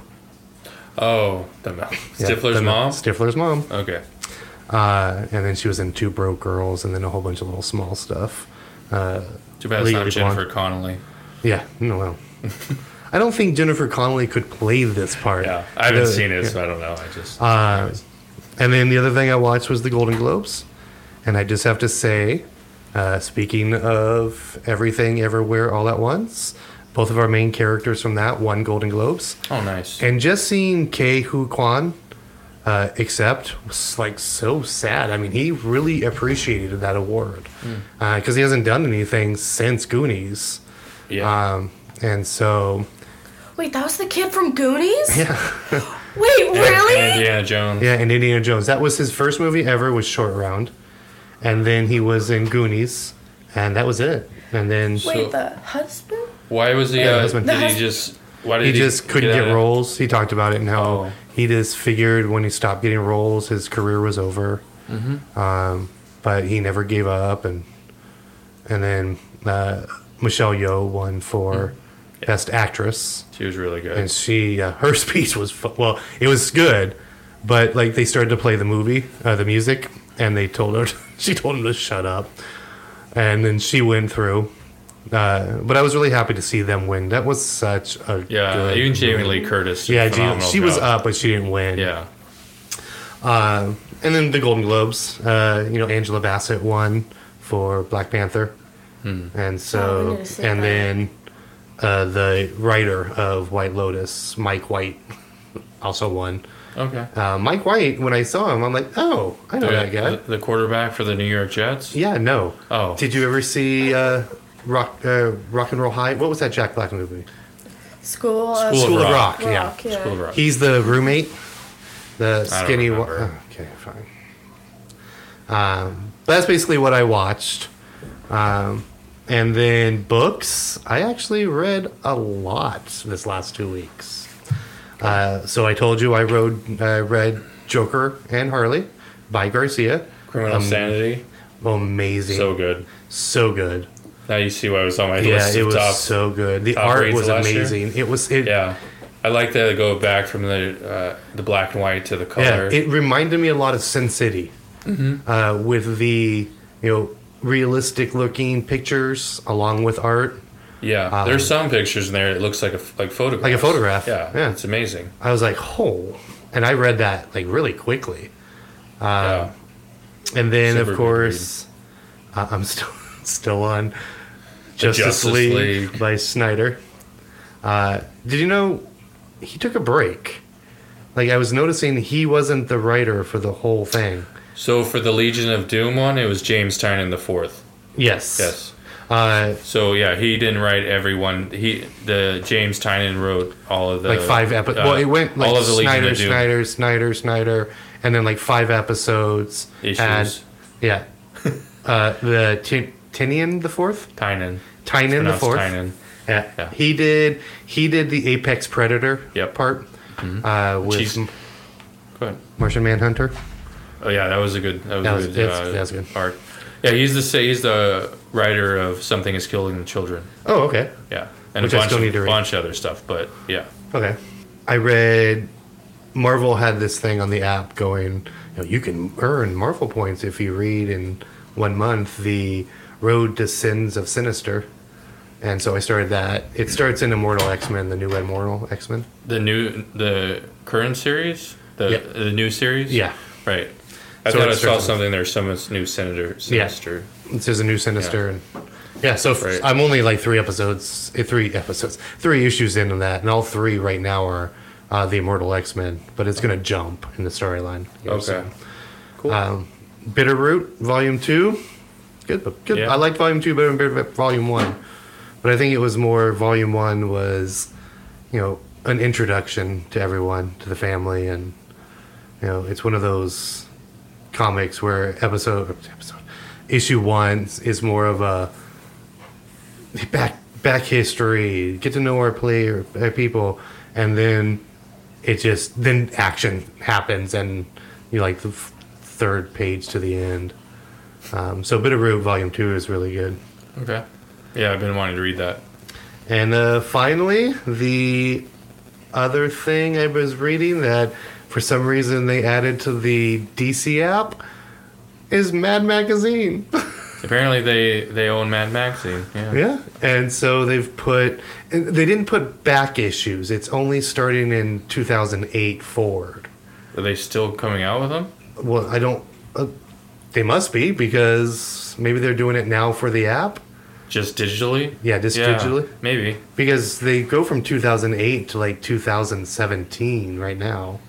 Speaker 3: Oh, the mouth.
Speaker 2: Yeah,
Speaker 3: Stifler's
Speaker 2: the-
Speaker 3: mom.
Speaker 2: Stifler's mom.
Speaker 3: okay.
Speaker 2: Uh, and then she was in Two Broke Girls, and then a whole bunch of little small stuff. Uh,
Speaker 3: Too bad it's not
Speaker 2: Legally
Speaker 3: Jennifer
Speaker 2: Blonde.
Speaker 3: Connelly.
Speaker 2: Yeah, no, well, I don't think Jennifer Connelly could play this part.
Speaker 3: Yeah, I haven't
Speaker 2: The-
Speaker 3: seen it, so I don't know. I just
Speaker 2: Uh, and then the other thing I watched was the Golden Globes, and I just have to say, uh, speaking of everything, everywhere, all at once, both of our main characters from that won Golden Globes.
Speaker 3: oh nice.
Speaker 2: And just seeing K. Hu Kwan uh, accept was like so sad. I mean, he really appreciated that award
Speaker 3: Hmm.
Speaker 2: because he hasn't done anything since Goonies.
Speaker 3: yeah,
Speaker 2: Um, and so,
Speaker 4: Wait, that was the kid from Goonies?
Speaker 2: yeah,
Speaker 4: Wait,
Speaker 3: And-
Speaker 4: really?
Speaker 3: and Indiana Jones.
Speaker 2: yeah, and Indiana Jones. That was his first movie ever, was Short Round. And then he was in Goonies, and that was it. And then
Speaker 4: Wait, the husband?
Speaker 3: Why was he?
Speaker 2: the
Speaker 3: uh,
Speaker 2: husband.
Speaker 3: did
Speaker 4: The
Speaker 3: he
Speaker 4: hus-
Speaker 3: just? Why did
Speaker 2: he
Speaker 3: he,
Speaker 2: just couldn't get,
Speaker 3: out of-
Speaker 2: roles. He talked about it and how
Speaker 3: Oh.
Speaker 2: he just figured when he stopped getting roles, his career was over.
Speaker 3: Mm-hmm.
Speaker 2: Um, but he never gave up, and and then uh, Michelle Yeoh won for
Speaker 3: Mm.
Speaker 2: best actress,
Speaker 3: She was really good.
Speaker 2: and she uh, her speech was fu- well, it was good, but like they started to play the movie, uh, the music, and they told her she told him to shut up, and then she went through. Uh, but I was really happy to see them win. That was such a
Speaker 3: yeah,
Speaker 2: good
Speaker 3: even Jamie
Speaker 2: movie.
Speaker 3: Lee Curtis. did a
Speaker 2: Yeah, she,
Speaker 3: phenomenal
Speaker 2: she was uh,
Speaker 3: job.
Speaker 2: up, but she didn't win.
Speaker 3: Yeah,
Speaker 2: Uh, and then the Golden Globes. Uh, you know, Angela Bassett won for Black Panther, and
Speaker 4: Oh, I
Speaker 2: so
Speaker 4: wanted to say
Speaker 2: and
Speaker 4: that.
Speaker 2: then uh, the writer of White Lotus, Mike White, also won.
Speaker 3: okay.
Speaker 2: Uh, Mike White. When I saw him, I'm like, oh, I know
Speaker 3: The,
Speaker 2: that guy.
Speaker 3: the- the quarterback for the New York Jets.
Speaker 2: yeah, no.
Speaker 3: Oh.
Speaker 2: did you ever see uh, Rock uh, Rock and Roll High? What was that Jack Black movie?
Speaker 4: School,
Speaker 3: School
Speaker 2: School
Speaker 3: of
Speaker 2: of
Speaker 3: Rock.
Speaker 2: Rock. yeah.
Speaker 4: Rock, yeah.
Speaker 3: School of Rock.
Speaker 2: He's the roommate, the
Speaker 3: I don't
Speaker 2: skinny one.
Speaker 3: remember.
Speaker 2: oh, okay, fine. Um, but that's basically what I watched. Um, and then books. I actually read a lot this last two weeks. Uh, so I told you I rode, I read Joker and Harley by Garcia.
Speaker 3: Criminal
Speaker 2: Um,
Speaker 3: Sanity.
Speaker 2: Amazing,
Speaker 3: So good.
Speaker 2: so good.
Speaker 3: Now you see why it was on my
Speaker 2: Yeah,
Speaker 3: list.
Speaker 2: it
Speaker 3: of
Speaker 2: was
Speaker 3: top.
Speaker 2: so good. The
Speaker 3: top
Speaker 2: art
Speaker 3: reads
Speaker 2: was
Speaker 3: last year?
Speaker 2: amazing. It was it,
Speaker 3: yeah, I like that. I Go back from the uh, the black and white to the color.
Speaker 2: Yeah, it reminded me a lot of Sin City,
Speaker 3: Mm-hmm.
Speaker 2: uh, with the you know realistic looking pictures along with art,
Speaker 3: Yeah, there's some pictures in there. It looks like a f- like photograph.
Speaker 2: um, like a photograph.
Speaker 3: Yeah,
Speaker 2: yeah.
Speaker 3: it's amazing.
Speaker 2: I was like, oh, and I read that like really quickly, Um,
Speaker 3: yeah.
Speaker 2: and then
Speaker 3: Super
Speaker 2: of
Speaker 3: good
Speaker 2: course, uh, I'm still still on Justice,
Speaker 3: Justice
Speaker 2: League,
Speaker 3: League.
Speaker 2: by Snyder. Uh, did you know he took a break? Like I was noticing, he wasn't the writer for the whole thing.
Speaker 3: So for the Legion of Doom one, it was James Tynan the fourth.
Speaker 2: Yes.
Speaker 3: Yes.
Speaker 2: Uh,
Speaker 3: So yeah, he didn't write everyone. He the James Tynan wrote all of the
Speaker 2: like five episodes.
Speaker 3: uh,
Speaker 2: well, it went like
Speaker 3: all of the Legion
Speaker 2: Snyder,
Speaker 3: of Doom.
Speaker 2: Snyder, Snyder, Snyder, and then like five episodes.
Speaker 3: Issues.
Speaker 2: And, yeah. uh, the Tin- Tinian the fourth,
Speaker 3: Tynan.
Speaker 2: Tynan the
Speaker 3: Pronounced
Speaker 2: fourth.
Speaker 3: Tynan.
Speaker 2: Yeah.
Speaker 3: Yeah.
Speaker 2: he did. He did the Apex Predator
Speaker 3: Yep. Mm-hmm.
Speaker 2: part uh, with
Speaker 3: Jeez. Go ahead.
Speaker 2: Martian Manhunter.
Speaker 3: Oh yeah, that was a good. That was,
Speaker 2: That
Speaker 3: a
Speaker 2: was-
Speaker 3: good,
Speaker 2: that's-
Speaker 3: uh,
Speaker 2: that's good.
Speaker 3: art. Yeah, he's the sa- he's the writer of something is killing the children.
Speaker 2: Oh, okay,
Speaker 3: Yeah, and
Speaker 2: Which I
Speaker 3: a bunch
Speaker 2: still
Speaker 3: of
Speaker 2: need to read.
Speaker 3: bunch of other stuff. But yeah,
Speaker 2: okay. I read Marvel had this thing on the app going. You, know, you can earn Marvel points if you read in one month the Road to Sins of Sinister. And so I started that. It starts in Immortal X Men, the new Immortal X Men.
Speaker 3: the new the current series The
Speaker 2: Yeah.
Speaker 3: the new series.
Speaker 2: Yeah.
Speaker 3: Right. I
Speaker 2: So
Speaker 3: thought I
Speaker 2: it's
Speaker 3: saw
Speaker 2: certain-
Speaker 3: something. There's some new senator.
Speaker 2: Yeah.
Speaker 3: Sinister.
Speaker 2: This is a new Sinister, and yeah. So f-
Speaker 3: Right.
Speaker 2: I'm only like three episodes, eh, three episodes, three issues into that, and all three right now are uh, the Immortal X Men, but it's gonna jump in the storyline. here
Speaker 3: Okay.
Speaker 2: soon.
Speaker 3: Cool.
Speaker 2: Um, Bitterroot Volume Two, good, but good.
Speaker 3: Yeah.
Speaker 2: I liked Volume Two better than Bitter- Volume One, but I think it was more Volume One was, you know, an introduction to everyone, to the family, and you know, it's one of those comics where episode episode issue one is more of a back back history, get to know our player our people, and then it just then action happens, and you like the f- third page to the end. Um, so Bitterroot Volume Two is really good,
Speaker 3: okay. Yeah, I've been wanting to read that.
Speaker 2: and uh, finally the other thing I was reading that for some reason they added to the DC app is Mad Magazine.
Speaker 3: Apparently, they they own Mad Magazine. Yeah.
Speaker 2: Yeah, and so they've put and they didn't put back issues. It's only starting in 2008 forward.
Speaker 3: Are they still coming out with them?
Speaker 2: Well, I don't. Uh, they must be because maybe they're doing it now for the app
Speaker 3: Just digitally?
Speaker 2: Yeah, just digitally.
Speaker 3: Maybe.
Speaker 2: because they go from 2008 to like 2017 right now.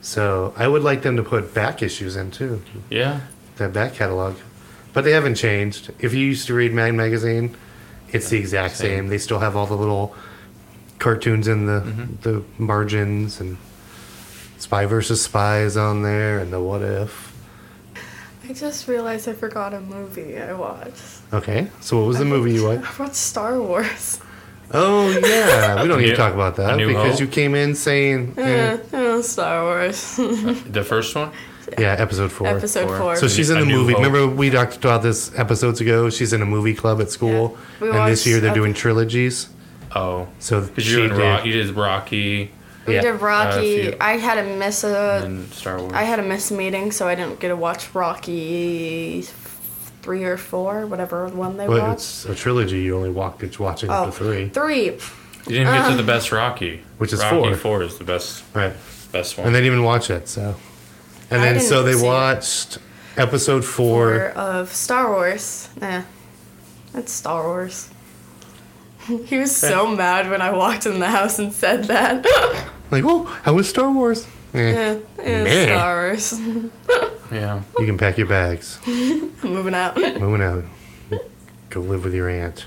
Speaker 2: So I would like them to put back issues in too,
Speaker 3: Yeah.
Speaker 2: that back catalog. But they haven't changed. If you used to read Mag Magazine, it's the exact
Speaker 3: same.
Speaker 2: same. They still have all the little cartoons in the the margins and Spy versus Spies on there and the What If.
Speaker 4: I just realized I forgot a movie I watched.
Speaker 2: Okay, so what was the movie you watched?
Speaker 4: I watched Star Wars.
Speaker 2: Oh yeah, we don't need
Speaker 3: New-
Speaker 2: to talk about that
Speaker 3: A New
Speaker 2: because
Speaker 3: Hope?
Speaker 2: you came in saying eh.
Speaker 4: Oh, Star Wars.
Speaker 3: The first one?
Speaker 2: yeah, episode four.
Speaker 4: Episode
Speaker 3: Four.
Speaker 4: four.
Speaker 2: So she's in
Speaker 3: A
Speaker 2: the
Speaker 3: New
Speaker 2: movie.
Speaker 3: Hope.
Speaker 2: Remember we talked about this episodes ago. She's in a movie club at school,
Speaker 4: We
Speaker 2: and this
Speaker 4: watched
Speaker 2: year they're
Speaker 4: a-
Speaker 2: doing trilogies.
Speaker 3: Oh.
Speaker 2: So
Speaker 3: Because
Speaker 2: she
Speaker 3: you,
Speaker 2: did-
Speaker 3: Rock, you did Rocky
Speaker 4: we
Speaker 2: yeah. uh,
Speaker 4: did Rocky.
Speaker 3: few.
Speaker 4: I had to miss a.
Speaker 3: and Star Wars.
Speaker 4: Uh, I had a miss meeting, so I didn't get to watch Rocky three or four, whatever one they
Speaker 2: Well,
Speaker 4: watched.
Speaker 2: it's a trilogy. You only walk it's watching
Speaker 4: Oh,
Speaker 2: up to three,
Speaker 4: Three.
Speaker 3: you didn't get to
Speaker 4: um,
Speaker 3: the best Rocky.
Speaker 2: Which is
Speaker 3: Rocky
Speaker 2: four.
Speaker 3: four is the best
Speaker 2: right?
Speaker 3: best one.
Speaker 2: And they didn't even watch it. So, and
Speaker 4: I
Speaker 2: then so
Speaker 4: didn't
Speaker 2: they
Speaker 4: see it.
Speaker 2: watched episode
Speaker 4: Or
Speaker 2: four.
Speaker 4: of Star Wars. Nah. That's Star Wars. he was so
Speaker 2: Eh.
Speaker 4: mad when I walked in the house and said that.
Speaker 2: Like, oh, how was Star Wars? Eh,
Speaker 4: Eh, eh,
Speaker 2: Meh.
Speaker 4: Star Wars.
Speaker 3: yeah.
Speaker 2: You can pack your bags.
Speaker 4: Moving out.
Speaker 2: Moving out. Go live with your aunt.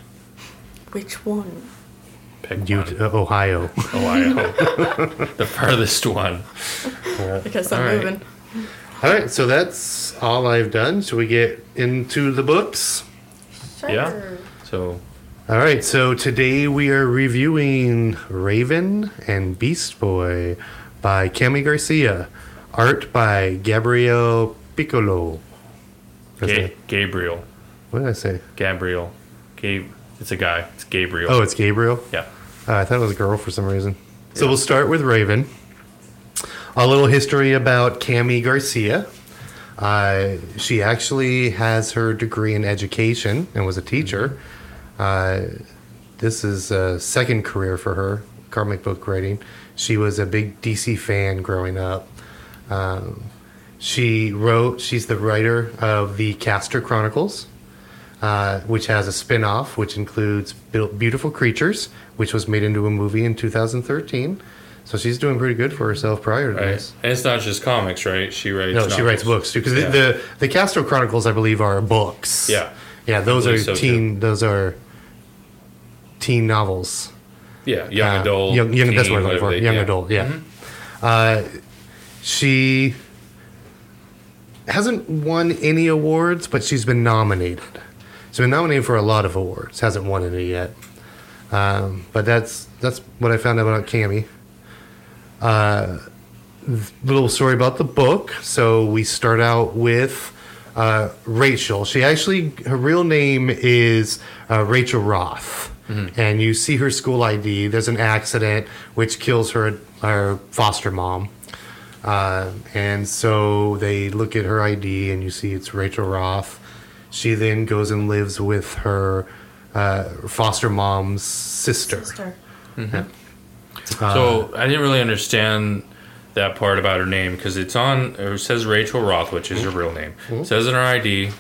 Speaker 4: Which one?
Speaker 3: Pick
Speaker 2: You,
Speaker 3: one.
Speaker 2: uh, Ohio.
Speaker 3: Ohio. the farthest one.
Speaker 4: Because I'm
Speaker 3: All right.
Speaker 4: moving.
Speaker 2: all right. So that's all I've done. Should we get into the books?
Speaker 4: Sure.
Speaker 3: Yeah. So
Speaker 2: All right, so today we are reviewing Raven and Beast Boy by Cami Garcia, art by Gabriel Piccolo. That's
Speaker 3: Ga-
Speaker 2: it.
Speaker 3: Gabriel.
Speaker 2: What did I say?
Speaker 3: Gabriel. Gabe. It's a guy. It's Gabriel.
Speaker 2: Oh, it's Gabriel.
Speaker 3: Yeah.
Speaker 2: Uh, I thought it was a girl for some reason. So we'll start with Raven. A little history about Cami Garcia. Uh, she actually has her degree in education and was a teacher. Uh, this is a second career for her, comic book writing. She was a big DC fan growing up. Um, she wrote, she's the writer of the Castor Chronicles, uh, which has a spin off, which includes Beau- Beautiful Creatures, which was made into a movie in 2013. So she's doing pretty good for herself prior to
Speaker 3: Right.
Speaker 2: this.
Speaker 3: And it's not just comics, right? She writes.
Speaker 2: No, she
Speaker 3: novels.
Speaker 2: writes books too. Because
Speaker 3: Yeah.
Speaker 2: the, the the Castro Chronicles, I believe, are books.
Speaker 3: Yeah.
Speaker 2: yeah. Those are
Speaker 3: believe so,
Speaker 2: teen. Those are teen novels.
Speaker 3: Yeah, young
Speaker 2: Uh,
Speaker 3: adult.
Speaker 2: Young, young that's what I'm
Speaker 3: teen,
Speaker 2: looking for.
Speaker 3: whatever they-
Speaker 2: Young
Speaker 3: yeah. Mm-hmm.
Speaker 2: adult. Yeah. Uh, she hasn't won any awards, but she's been nominated. She's been nominated for a lot of awards. Hasn't won any yet. Um, but that's that's what I found out about Cami. little story about the book. So we start out with uh, Rachel. She actually, her real name is uh, Rachel Roth. And you see her school ID. There's an accident which kills her, her foster mom. Uh, and so they look at her ID and you see it's Rachel Roth. She then goes and lives with her uh, foster mom's sister.
Speaker 4: Star.
Speaker 2: Uh-huh.
Speaker 3: So I didn't really understand that part about her name because it's on. It says Rachel Roth, which is her
Speaker 2: Mm-hmm.
Speaker 3: real name. It says it on her ID. It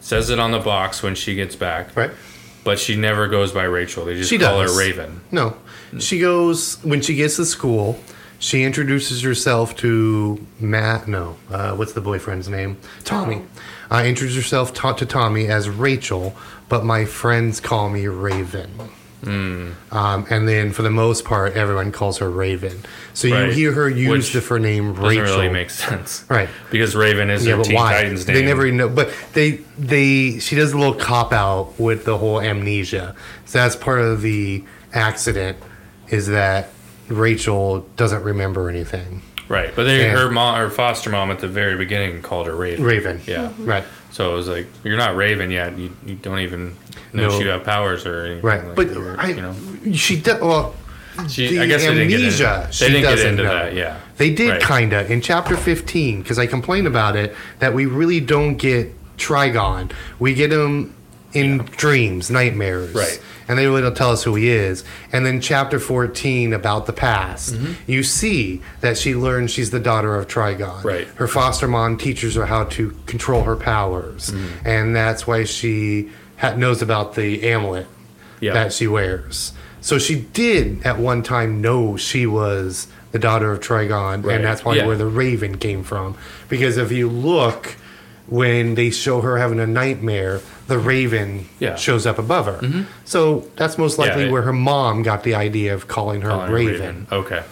Speaker 3: says it on the box when she gets back.
Speaker 2: Uh, Right.
Speaker 3: But she never goes by Rachel. They just
Speaker 2: She
Speaker 3: call
Speaker 2: does.
Speaker 3: her Raven.
Speaker 2: No.
Speaker 3: Hmm.
Speaker 2: She goes when she gets to school. She introduces herself to Matt. No, uh, what's the boyfriend's name? Tommy.
Speaker 3: Oh.
Speaker 2: I introduce herself ta- to Tommy as Rachel, but my friends call me Raven.
Speaker 3: Hmm.
Speaker 2: Um, and then, for the most part, everyone calls her Raven. So you
Speaker 3: Right.
Speaker 2: hear her use
Speaker 3: Which
Speaker 2: the name
Speaker 3: Doesn't
Speaker 2: Rachel.
Speaker 3: really make sense.
Speaker 2: Right.
Speaker 3: Because Raven is
Speaker 2: yeah,
Speaker 3: her
Speaker 2: but
Speaker 3: Teen
Speaker 2: why?
Speaker 3: Titans name.
Speaker 2: They never even know. But they they she does a little cop out with the whole amnesia. So that's part of the accident is that Rachel doesn't remember anything.
Speaker 3: Right. But they,
Speaker 2: Yeah.
Speaker 3: her mom, her foster mom at the very beginning called her Raven.
Speaker 2: Raven.
Speaker 3: Yeah.
Speaker 2: Right.
Speaker 3: So it was like, you're not Raven yet. You, you don't even know
Speaker 2: No.
Speaker 3: she have powers or anything.
Speaker 2: Right.
Speaker 3: Like,
Speaker 2: but
Speaker 3: or,
Speaker 2: I,
Speaker 3: you know,
Speaker 2: she did. Well,
Speaker 3: she,
Speaker 2: the
Speaker 3: I guess they didn't get
Speaker 2: amnesia,
Speaker 3: into,
Speaker 2: she
Speaker 3: they didn't get
Speaker 2: doesn't
Speaker 3: into
Speaker 2: know.
Speaker 3: that. Yeah.
Speaker 2: They did
Speaker 3: Right.
Speaker 2: kinda in chapter fifteen because I complained about it that we really don't get Trigon. We get him in dreams, nightmares,
Speaker 3: Right.
Speaker 2: And they really don't tell us who he is. And then chapter fourteen about the past,
Speaker 3: Mm-hmm.
Speaker 2: you see that she learns she's the daughter of Trigon.
Speaker 3: Right.
Speaker 2: Her foster mom teaches her how to control her powers,
Speaker 3: Mm-hmm.
Speaker 2: and that's why she ha- knows about the amulet
Speaker 3: Yeah.
Speaker 2: that she wears. So she did at one time know she was the daughter of Trigon,
Speaker 3: Right.
Speaker 2: and that's probably
Speaker 3: Yeah.
Speaker 2: where the raven came from. Because if you look, when they show her having a nightmare, the raven
Speaker 3: Yeah. Mm-hmm.
Speaker 2: shows up above her. So that's most likely
Speaker 3: it-
Speaker 2: where her mom got the idea of calling her
Speaker 3: Calling her
Speaker 2: raven. Um,
Speaker 3: Okay.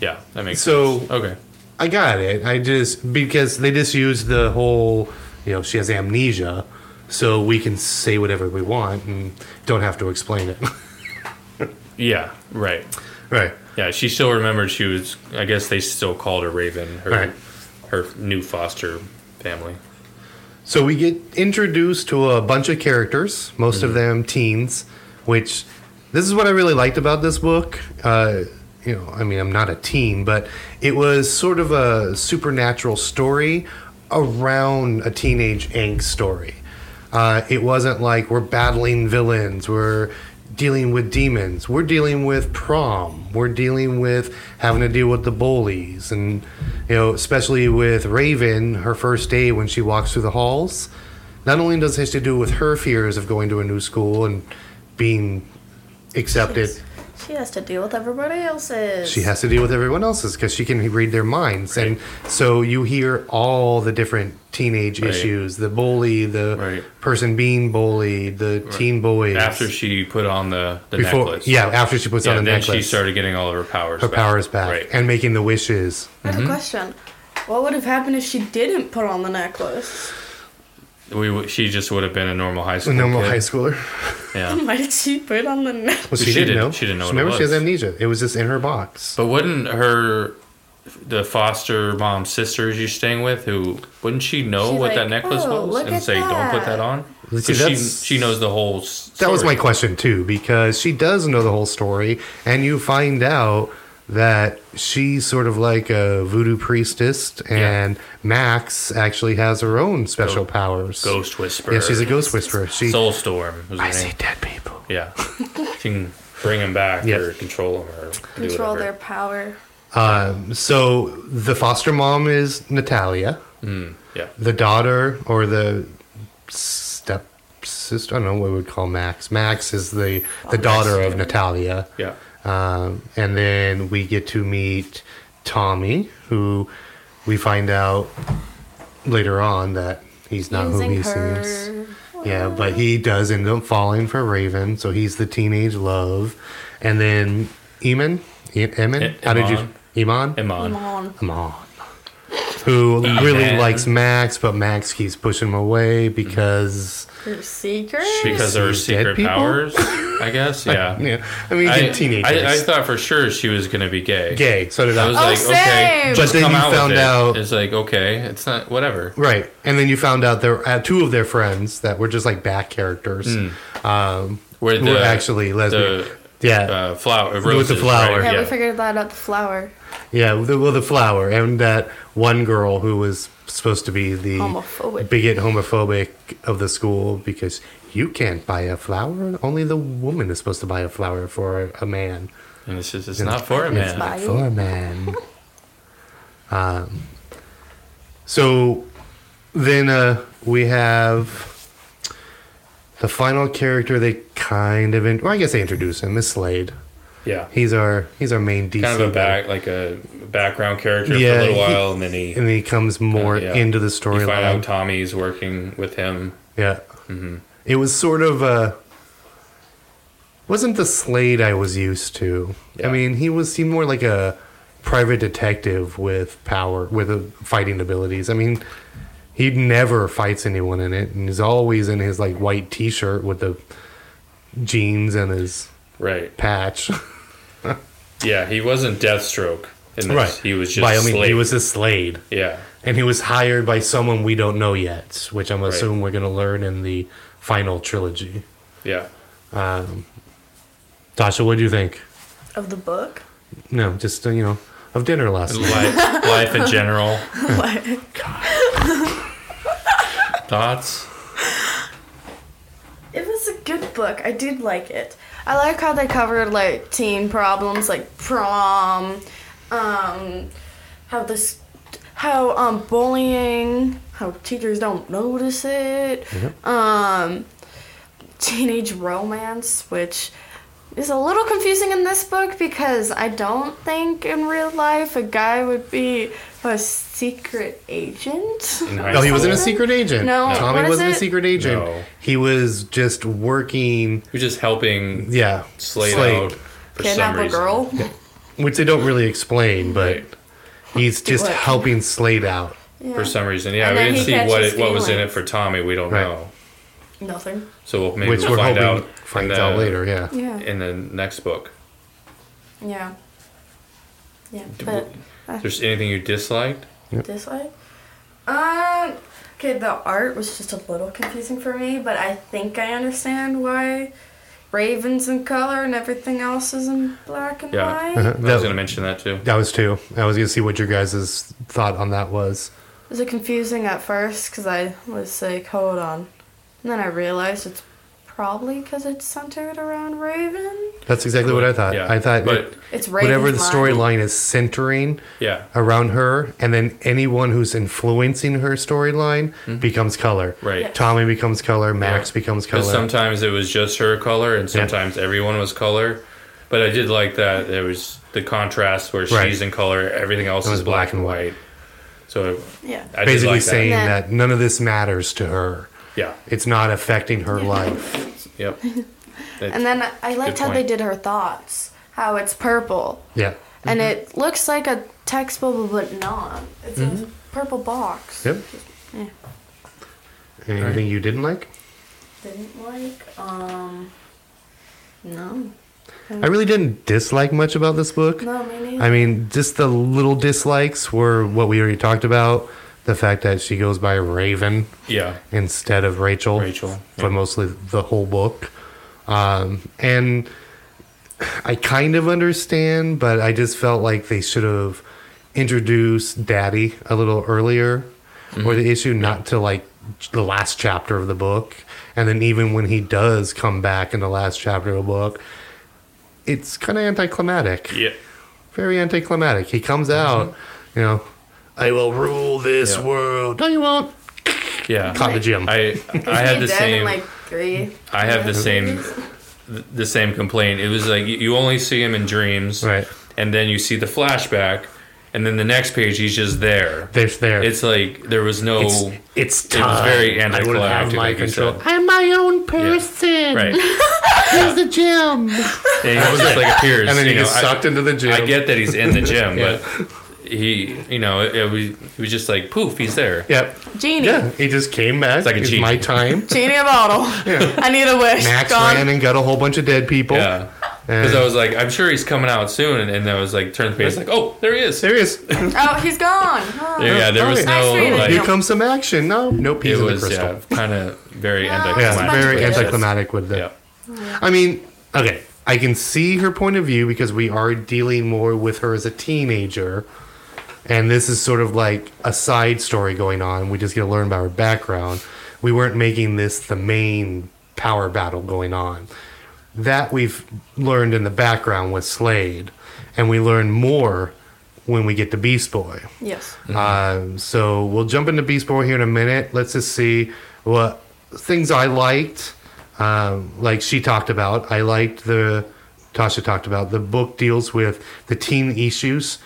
Speaker 3: yeah. That makes
Speaker 2: so-
Speaker 3: sense. Okay.
Speaker 2: I got it. I just because they just used the whole, you know, she has amnesia, so we can say whatever we want and don't have to explain it.
Speaker 3: Yeah. Right.
Speaker 2: right.
Speaker 3: Yeah, she still remembered she was. I guess they still called her Raven, her
Speaker 2: Right.
Speaker 3: her new foster family.
Speaker 2: So we get introduced to a bunch of characters, most of them teens, which this is what I really liked about this book. Uh, you know, I mean, I'm not a teen, but it was sort of a supernatural story around a teenage angst story. Uh, it wasn't like we're battling villains, we're dealing with demons, we're dealing with prom, we're dealing with having to deal with the bullies, and you know, especially with Raven, her first day when she walks through the halls. Not only does it have to do with her fears of going to a new school and being accepted,
Speaker 4: She has to deal with everybody else's.
Speaker 2: she has to deal with everyone else's because she can read their minds, and so you hear all the different teenage
Speaker 3: Right.
Speaker 2: issues: the bully, the
Speaker 3: Right.
Speaker 2: person being bullied, the teen boys.
Speaker 3: After she put on the, the
Speaker 2: before,
Speaker 3: necklace,
Speaker 2: yeah, after she puts
Speaker 3: yeah,
Speaker 2: on the
Speaker 3: then
Speaker 2: necklace,
Speaker 3: she started getting all of her powers.
Speaker 2: her powers back
Speaker 3: Right.
Speaker 2: and making the wishes.
Speaker 4: I
Speaker 3: Mm-hmm.
Speaker 4: have a question. What would have happened if she didn't put on the necklace?
Speaker 3: we w- she just would have been a normal high
Speaker 2: A
Speaker 3: school.
Speaker 2: normal
Speaker 3: kid.
Speaker 2: high schooler.
Speaker 3: Yeah.
Speaker 4: Why did she put on the necklace?
Speaker 2: Well, she,
Speaker 3: She
Speaker 2: didn't
Speaker 3: didn't-
Speaker 2: know.
Speaker 3: she didn't know what it
Speaker 2: Remember, she has
Speaker 3: was.
Speaker 2: amnesia. It was just in her box.
Speaker 3: But wouldn't her the foster mom sister she's staying with who wouldn't she know
Speaker 4: She's
Speaker 3: what that
Speaker 4: like,
Speaker 3: necklace
Speaker 4: "Oh,
Speaker 3: was
Speaker 4: look
Speaker 3: and
Speaker 4: at
Speaker 3: say don't put that
Speaker 4: that."
Speaker 3: on?
Speaker 2: See,
Speaker 3: 'Cause she
Speaker 2: that's-
Speaker 3: she knows the whole. s-
Speaker 2: That was my
Speaker 3: story.
Speaker 2: question too, because she does know the whole story, and you find out that she's sort of like a voodoo priestess, and Max actually has her own special
Speaker 3: Go-
Speaker 2: powers.
Speaker 3: ghost whisperer.
Speaker 2: Yeah, she's a ghost whisperer. She,
Speaker 3: soul storm. Was her
Speaker 2: I
Speaker 3: name.
Speaker 2: see dead people.
Speaker 3: Yeah. she can bring them back
Speaker 2: Yeah.
Speaker 3: or control them or do
Speaker 4: Control
Speaker 3: whatever.
Speaker 4: their power.
Speaker 2: Um, so the foster mom is Natalia.
Speaker 3: Yeah.
Speaker 2: the daughter or the step sister. I don't know what we would call Max. Max is the the daughter of Natalia.
Speaker 3: Yeah.
Speaker 2: Um, and then we get to meet Tommy, who we find out later on that he's not who he
Speaker 4: Using
Speaker 2: seems.
Speaker 4: her.
Speaker 2: Yeah, but he does end up falling for Raven, so he's the teenage love. And then Eamon, e-
Speaker 3: E-
Speaker 2: Eamon, how did you, Eamon,
Speaker 3: Iman.
Speaker 4: Come
Speaker 2: Come on. Who really
Speaker 3: man.
Speaker 2: likes Max, but Max keeps pushing him away because
Speaker 4: Her secret?
Speaker 3: Because of her
Speaker 2: She's dead
Speaker 3: secret
Speaker 2: people?
Speaker 3: powers, I guess. Yeah.
Speaker 2: yeah, I mean,
Speaker 3: I,
Speaker 2: I, teenagers,
Speaker 3: I, I thought for sure she was going to be gay.
Speaker 2: gay. So did
Speaker 3: I
Speaker 2: I.
Speaker 3: was
Speaker 4: Oh,
Speaker 3: like, okay,
Speaker 4: same.
Speaker 3: just
Speaker 2: But then
Speaker 3: come
Speaker 2: you
Speaker 3: out
Speaker 2: found
Speaker 3: with it.
Speaker 2: out-
Speaker 3: It's like, okay, it's not whatever.
Speaker 2: right, and then you found out there uh, two of their friends that were just like back characters, um,
Speaker 3: Where
Speaker 2: who
Speaker 3: Hmm. the-
Speaker 2: were actually lesbian.
Speaker 3: The
Speaker 2: yeah,
Speaker 3: uh, flower roses,
Speaker 2: the
Speaker 3: right?
Speaker 2: flower.
Speaker 4: Yeah,
Speaker 3: Yeah.
Speaker 4: we figured that out the flower.
Speaker 2: yeah. The, well, the flower and that one girl who was supposed to be the
Speaker 4: Homophobic.
Speaker 2: bigot, homophobic of the school because you can't buy a flower. Only the woman is supposed to buy a flower for a man.
Speaker 3: and it's just it's not for a man.
Speaker 4: by-
Speaker 2: For man. Um, So then uh, we have the final character they kind of, in- well, I guess they introduce him is Slade.
Speaker 3: Yeah.
Speaker 2: He's our he's our main DC.
Speaker 3: kind of a
Speaker 2: guy.
Speaker 3: back like a background character
Speaker 2: Yeah,
Speaker 3: for a little
Speaker 2: he-
Speaker 3: while, and then he
Speaker 2: and he comes more
Speaker 3: Uh, yeah.
Speaker 2: into the
Speaker 3: you find out
Speaker 2: storyline.
Speaker 3: Tommy's working with him.
Speaker 2: Yeah,
Speaker 3: Mm-hmm.
Speaker 2: it was sort of uh wasn't the Slade I was used to. I
Speaker 3: Yeah.
Speaker 2: mean, he was seemed more like a private detective with power, with uh fighting abilities. I mean, he never fights anyone in it, and he's always in his like white T-shirt with the jeans and his
Speaker 3: Right.
Speaker 2: patch.
Speaker 3: Yeah, he wasn't Deathstroke. In this. He was just
Speaker 2: by all means,
Speaker 3: Slade.
Speaker 2: he was a Slade.
Speaker 3: yeah.
Speaker 2: and he was hired by someone we don't know yet, which I'm assuming we're going to learn in the final trilogy.
Speaker 3: Yeah.
Speaker 2: Tasha, what do you think?
Speaker 4: Of the book?
Speaker 2: No, just uh, you know, of dinner last night.
Speaker 3: Life, life in general.
Speaker 4: What?
Speaker 3: Thoughts?
Speaker 4: It was a good book. I did like it. I like how they covered like teen problems, like prom, um, how this, how um bullying, how teachers don't notice it,
Speaker 3: Mm-hmm.
Speaker 4: um, teenage romance, which is a little confusing in this book because I don't think in real life a guy would be a secret agent.
Speaker 3: In high
Speaker 2: No, he
Speaker 3: school?
Speaker 2: wasn't a secret agent.
Speaker 4: No, No. what
Speaker 2: Tommy
Speaker 4: is
Speaker 2: wasn't a
Speaker 4: it?
Speaker 2: secret agent.
Speaker 3: No.
Speaker 2: He was just working.
Speaker 3: He was just helping
Speaker 2: Yeah,
Speaker 3: Slade, out for
Speaker 4: Kidnap
Speaker 3: some
Speaker 4: a
Speaker 3: reason.
Speaker 4: girl.
Speaker 2: which they don't really explain, but
Speaker 3: Right.
Speaker 2: he's just
Speaker 4: What?
Speaker 2: helping Slade out.
Speaker 4: Yeah.
Speaker 3: For some reason, yeah, we
Speaker 4: And then
Speaker 3: didn't
Speaker 4: he
Speaker 3: see what
Speaker 4: catches
Speaker 3: it, what was in
Speaker 4: feelings.
Speaker 3: it for Tommy. We don't
Speaker 2: Right.
Speaker 3: know.
Speaker 4: Nothing.
Speaker 3: So we'll maybe
Speaker 2: Which
Speaker 3: we'll
Speaker 2: we're
Speaker 3: find
Speaker 2: hoping
Speaker 3: out in
Speaker 2: finds
Speaker 3: the-
Speaker 2: out later. Yeah.
Speaker 4: Yeah.
Speaker 3: in the next book.
Speaker 4: Yeah. Yeah,
Speaker 3: w-
Speaker 4: but uh,
Speaker 3: There's anything you disliked?
Speaker 4: this way. Um. Okay, the art was just a little confusing for me, but I think I understand why Raven's in color and everything else is in black and
Speaker 3: Yeah.
Speaker 4: white.
Speaker 2: Uh-huh.
Speaker 3: I was
Speaker 2: That-
Speaker 3: going to mention that too.
Speaker 2: That was two. I was going to see what your guys' thought on that was.
Speaker 4: Was it confusing at first? Cause I was like, hold on, and then I realized it's probably because it's centered around Raven.
Speaker 2: That's exactly what I thought.
Speaker 3: Yeah.
Speaker 2: I thought
Speaker 3: But
Speaker 4: It's Raven.
Speaker 2: whatever the storyline is centering
Speaker 3: yeah,
Speaker 2: around her, and then anyone who's influencing her storyline becomes color.
Speaker 3: Mm-hmm. Right. Yeah.
Speaker 2: Tommy becomes color. Max
Speaker 3: Yeah.
Speaker 2: becomes color.
Speaker 3: because sometimes it was just her color, and sometimes everyone was color. But I did like that there was the contrast where
Speaker 2: Right.
Speaker 3: she's in color, everything else
Speaker 2: It was
Speaker 3: is
Speaker 2: black
Speaker 3: black and
Speaker 2: and
Speaker 3: white. So
Speaker 4: Yeah.
Speaker 3: I did
Speaker 2: Basically
Speaker 3: like that.
Speaker 2: saying
Speaker 4: Yeah.
Speaker 2: that none of this matters to her.
Speaker 3: yeah,
Speaker 2: It's not affecting her life.
Speaker 3: yep.
Speaker 4: And then I- I liked how they
Speaker 3: point.
Speaker 4: did her thoughts. How it's purple.
Speaker 2: Yeah.
Speaker 4: and it looks like a text bubble, but not. It's a purple box.
Speaker 2: Yep. Anything you didn't like?
Speaker 4: Didn't like. Um. No.
Speaker 2: I really didn't dislike much about this book.
Speaker 4: No, me neither.
Speaker 2: I mean, just the little dislikes were what we already talked about. The fact that she goes by Raven.
Speaker 3: yeah,
Speaker 2: instead of Rachel.
Speaker 3: Rachel,
Speaker 2: For
Speaker 3: yeah.
Speaker 2: mostly the whole book. Um, and I kind of understand, but I just felt like they should have introduced Daddy a little earlier
Speaker 3: Mm-hmm.
Speaker 2: or the issue, not to like the last chapter of the book. And then even when he does come back in the last chapter of the book, it's kind of anticlimactic
Speaker 3: yeah, Mm-hmm.
Speaker 2: very anticlimactic. He comes out, you know, I will rule this
Speaker 3: Yeah.
Speaker 2: world. No, you won't.
Speaker 3: yeah.
Speaker 2: Caught the gym.
Speaker 3: I I had the
Speaker 4: dead
Speaker 3: same.
Speaker 4: in like three.
Speaker 3: I have the same the same complaint. It was like you- you only see him in dreams,
Speaker 2: Right.
Speaker 3: And then you see the flashback, and then the next page he's just there.
Speaker 2: There's there.
Speaker 3: It's like there was no
Speaker 2: it's, it's
Speaker 3: Oh. it
Speaker 2: time.
Speaker 3: was very
Speaker 2: I will have
Speaker 3: anticlimactic,
Speaker 2: my
Speaker 3: like you
Speaker 2: control.
Speaker 3: said.
Speaker 2: I'm my own person.
Speaker 3: right.
Speaker 2: Here's the gym.
Speaker 3: And he just like appears.
Speaker 2: And then
Speaker 3: you
Speaker 2: he
Speaker 3: know,
Speaker 2: gets
Speaker 3: I-
Speaker 2: sucked into the gym.
Speaker 3: I get that he's in the gym,
Speaker 2: Yeah.
Speaker 3: but he, you know, it, it was he was just like poof, he's there.
Speaker 2: Yep.
Speaker 4: Genie.
Speaker 2: Yeah. He just came back. It's,
Speaker 3: like a cheat.
Speaker 2: my time.
Speaker 4: Genie a bottle. I need a wish.
Speaker 2: Max
Speaker 4: Gone.
Speaker 2: ran and got a whole bunch of dead people.
Speaker 3: Yeah.
Speaker 2: And
Speaker 3: Because I was like, I'm sure he's coming out soon, and, and I was like, turn the page, like, oh, there he is.
Speaker 2: there he is.
Speaker 4: Oh, he's gone. Oh.
Speaker 3: There- yeah, there was
Speaker 2: Nice
Speaker 3: no
Speaker 4: reading.
Speaker 3: like.
Speaker 2: Here comes some action. No, nope. He's
Speaker 3: It
Speaker 2: in the
Speaker 3: was
Speaker 2: crystal.
Speaker 3: yeah, kind of very
Speaker 4: it's
Speaker 2: Yeah,
Speaker 4: a bunch
Speaker 3: anticlimactic.
Speaker 2: very
Speaker 4: of kids.
Speaker 2: anticlimactic with the.
Speaker 3: Yeah.
Speaker 2: I mean, okay, I can see her point of view because we are dealing more with her as a teenager, and this is sort of like a side story going on. We just get to learn about her background. We weren't making this the main power battle going on. That we've learned in the background with Slade, and we learn more when we get to Beast Boy.
Speaker 4: Yes.
Speaker 2: Um, so we'll jump into Beast Boy here in a minute. Let's just see what things I liked. Um, like she talked about, I liked the Tasha talked about the book deals with the teen issues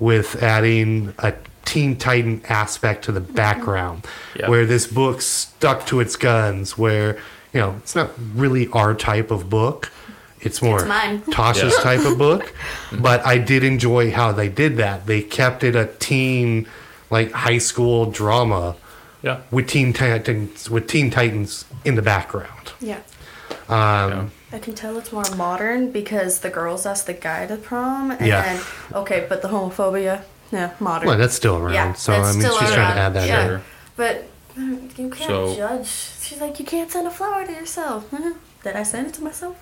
Speaker 2: with adding a Teen Titan aspect to the background,
Speaker 3: Yeah.
Speaker 2: where this book stuck to its guns. Where you know it's not really our type of book; it's more
Speaker 4: It's mine.
Speaker 2: Tasha's
Speaker 3: Yeah. Mm-hmm.
Speaker 2: type of book, but I did enjoy how they did that. They kept it a teen, like high school drama
Speaker 3: Yeah.
Speaker 2: with Teen Titans with Teen Titans in the background.
Speaker 4: Yeah.
Speaker 3: yeah.
Speaker 4: I can tell it's more modern because the girls asked the guy to prom, and
Speaker 2: Yeah.
Speaker 4: then okay, but the homophobia, yeah, modern.
Speaker 2: Well, that's still around,
Speaker 4: yeah,
Speaker 2: so
Speaker 4: that's
Speaker 2: I mean, she's
Speaker 4: still
Speaker 2: trying
Speaker 4: around,
Speaker 2: to add that
Speaker 4: yeah.
Speaker 2: in.
Speaker 3: Sure.
Speaker 4: But mm, you can't
Speaker 3: So-
Speaker 4: judge. She's like, you can't send a flower to yourself. Huh? Did I send it to myself?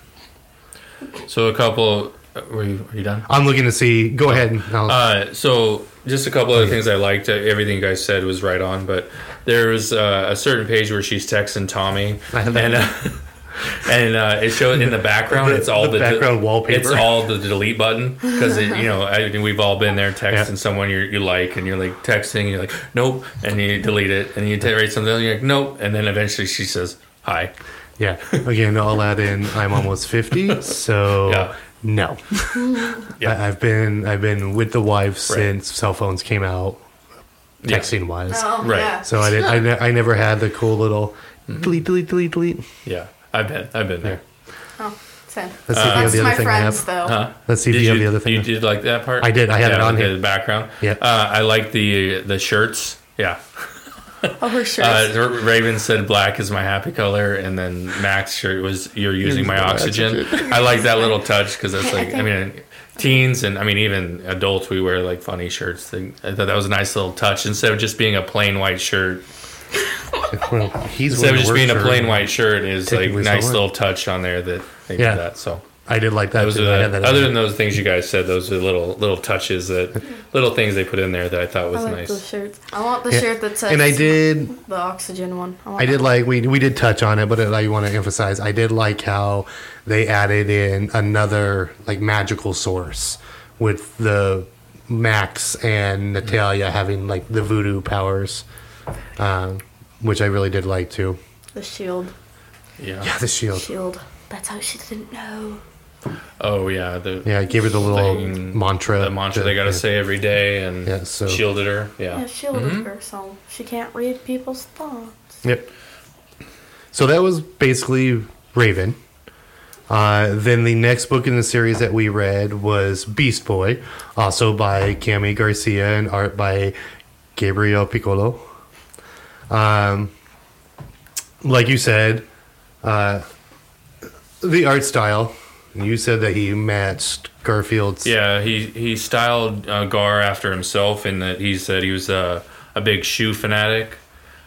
Speaker 3: So a couple. uh, Were you, are you done?
Speaker 2: I'm looking to see. Go ahead. And I'll,
Speaker 3: Uh, so just a couple other things I liked. Uh, Everything you guys said was right on, but there was uh, a certain page where she's texting Tommy,
Speaker 2: I have that.
Speaker 3: and uh, and uh, it showed in the background.
Speaker 2: The-
Speaker 3: it's all
Speaker 2: the
Speaker 3: the,
Speaker 2: background wallpaper.
Speaker 3: It's all the delete button because you know I mean, we've all been there texting
Speaker 2: Yeah.
Speaker 3: someone you you like, and you're like texting, and you're like nope, and you delete it, and you t- write something, and you're like nope, and then eventually she says hi.
Speaker 2: yeah. Again, I'll add in. I'm almost fifty, so
Speaker 3: Yeah.
Speaker 2: no.
Speaker 3: Yeah.
Speaker 2: I, I've been I've been with the wife
Speaker 3: Right.
Speaker 2: since cell phones came out,
Speaker 3: Yeah.
Speaker 2: texting wise.
Speaker 4: Oh,
Speaker 3: Right. Oh, yeah.
Speaker 2: So I didn't. I, ne- I never had the cool little delete, delete, delete, delete.
Speaker 3: Yeah, I've been I've been there.
Speaker 4: Oh, same.
Speaker 2: Let's see if you have
Speaker 4: That's
Speaker 2: the other
Speaker 4: my
Speaker 2: thing I
Speaker 4: friends,
Speaker 2: have.
Speaker 4: though.
Speaker 3: Huh?
Speaker 2: Let's see if
Speaker 3: Did
Speaker 2: you have the other thing.
Speaker 3: You did like that part?
Speaker 2: I did. I had it
Speaker 3: Yeah,
Speaker 2: on
Speaker 3: with
Speaker 2: here.
Speaker 3: The background.
Speaker 2: Yeah.
Speaker 3: Uh, I like the the shirts. Yeah.
Speaker 4: Oh, her shirts.
Speaker 3: Uh, R- Raven said black is my happy color, and then Max shirt was you're using my
Speaker 2: my
Speaker 3: oxygen. I like that little touch because that's like I mean, teens and I mean even adults we wear like funny shirts. Thing. I thought that was a nice little touch instead of just being a plain white shirt.
Speaker 2: Well, he's
Speaker 3: Instead
Speaker 2: wearing
Speaker 3: of
Speaker 2: the
Speaker 3: just
Speaker 2: work
Speaker 3: being a
Speaker 2: shirt.
Speaker 3: plain white shirt is like
Speaker 2: Technically so
Speaker 3: nice
Speaker 2: what?
Speaker 3: little touch on there that they
Speaker 2: Yeah.
Speaker 3: did that. So
Speaker 2: I did like that.
Speaker 3: those
Speaker 2: too.
Speaker 3: are
Speaker 2: I
Speaker 3: the,
Speaker 2: had that
Speaker 3: other
Speaker 2: on.
Speaker 3: than those things you guys said. Those are little little touches that little things they put in there that I thought
Speaker 4: I
Speaker 3: was
Speaker 4: like
Speaker 3: nice.
Speaker 4: those shirts. I want the
Speaker 2: Yeah.
Speaker 4: shirt that says
Speaker 2: and I did.
Speaker 4: the oxygen one. want
Speaker 2: I did
Speaker 4: that.
Speaker 2: like we we did touch on it, but I want to emphasize I did like how they added in another like magical source with the Max and Natalia having like the voodoo powers, um, which I really did like too.
Speaker 4: the shield.
Speaker 2: Yeah, the shield.
Speaker 4: Shield. That's how she didn't know.
Speaker 3: Oh yeah, the
Speaker 2: Yeah, I gave her the little
Speaker 3: Thing-
Speaker 2: mantra.
Speaker 3: the mantra
Speaker 2: to-
Speaker 3: they got to
Speaker 2: yeah.
Speaker 3: say every day and
Speaker 2: Yeah, so-
Speaker 3: shielded her. Yeah.
Speaker 4: Yeah, shielded
Speaker 3: mm-hmm.
Speaker 4: her, so she can't read people's thoughts.
Speaker 2: Yep. So that was basically Raven. Uh, then the next book in the series that we read was Beast Boy, also by Cami Garcia and art by Gabriel Piccolo. Um, like you said, uh, the art style. You said that he matched Garfield's.
Speaker 3: Yeah, he he styled uh, Gar after himself in that he said he was a a big shoe fanatic,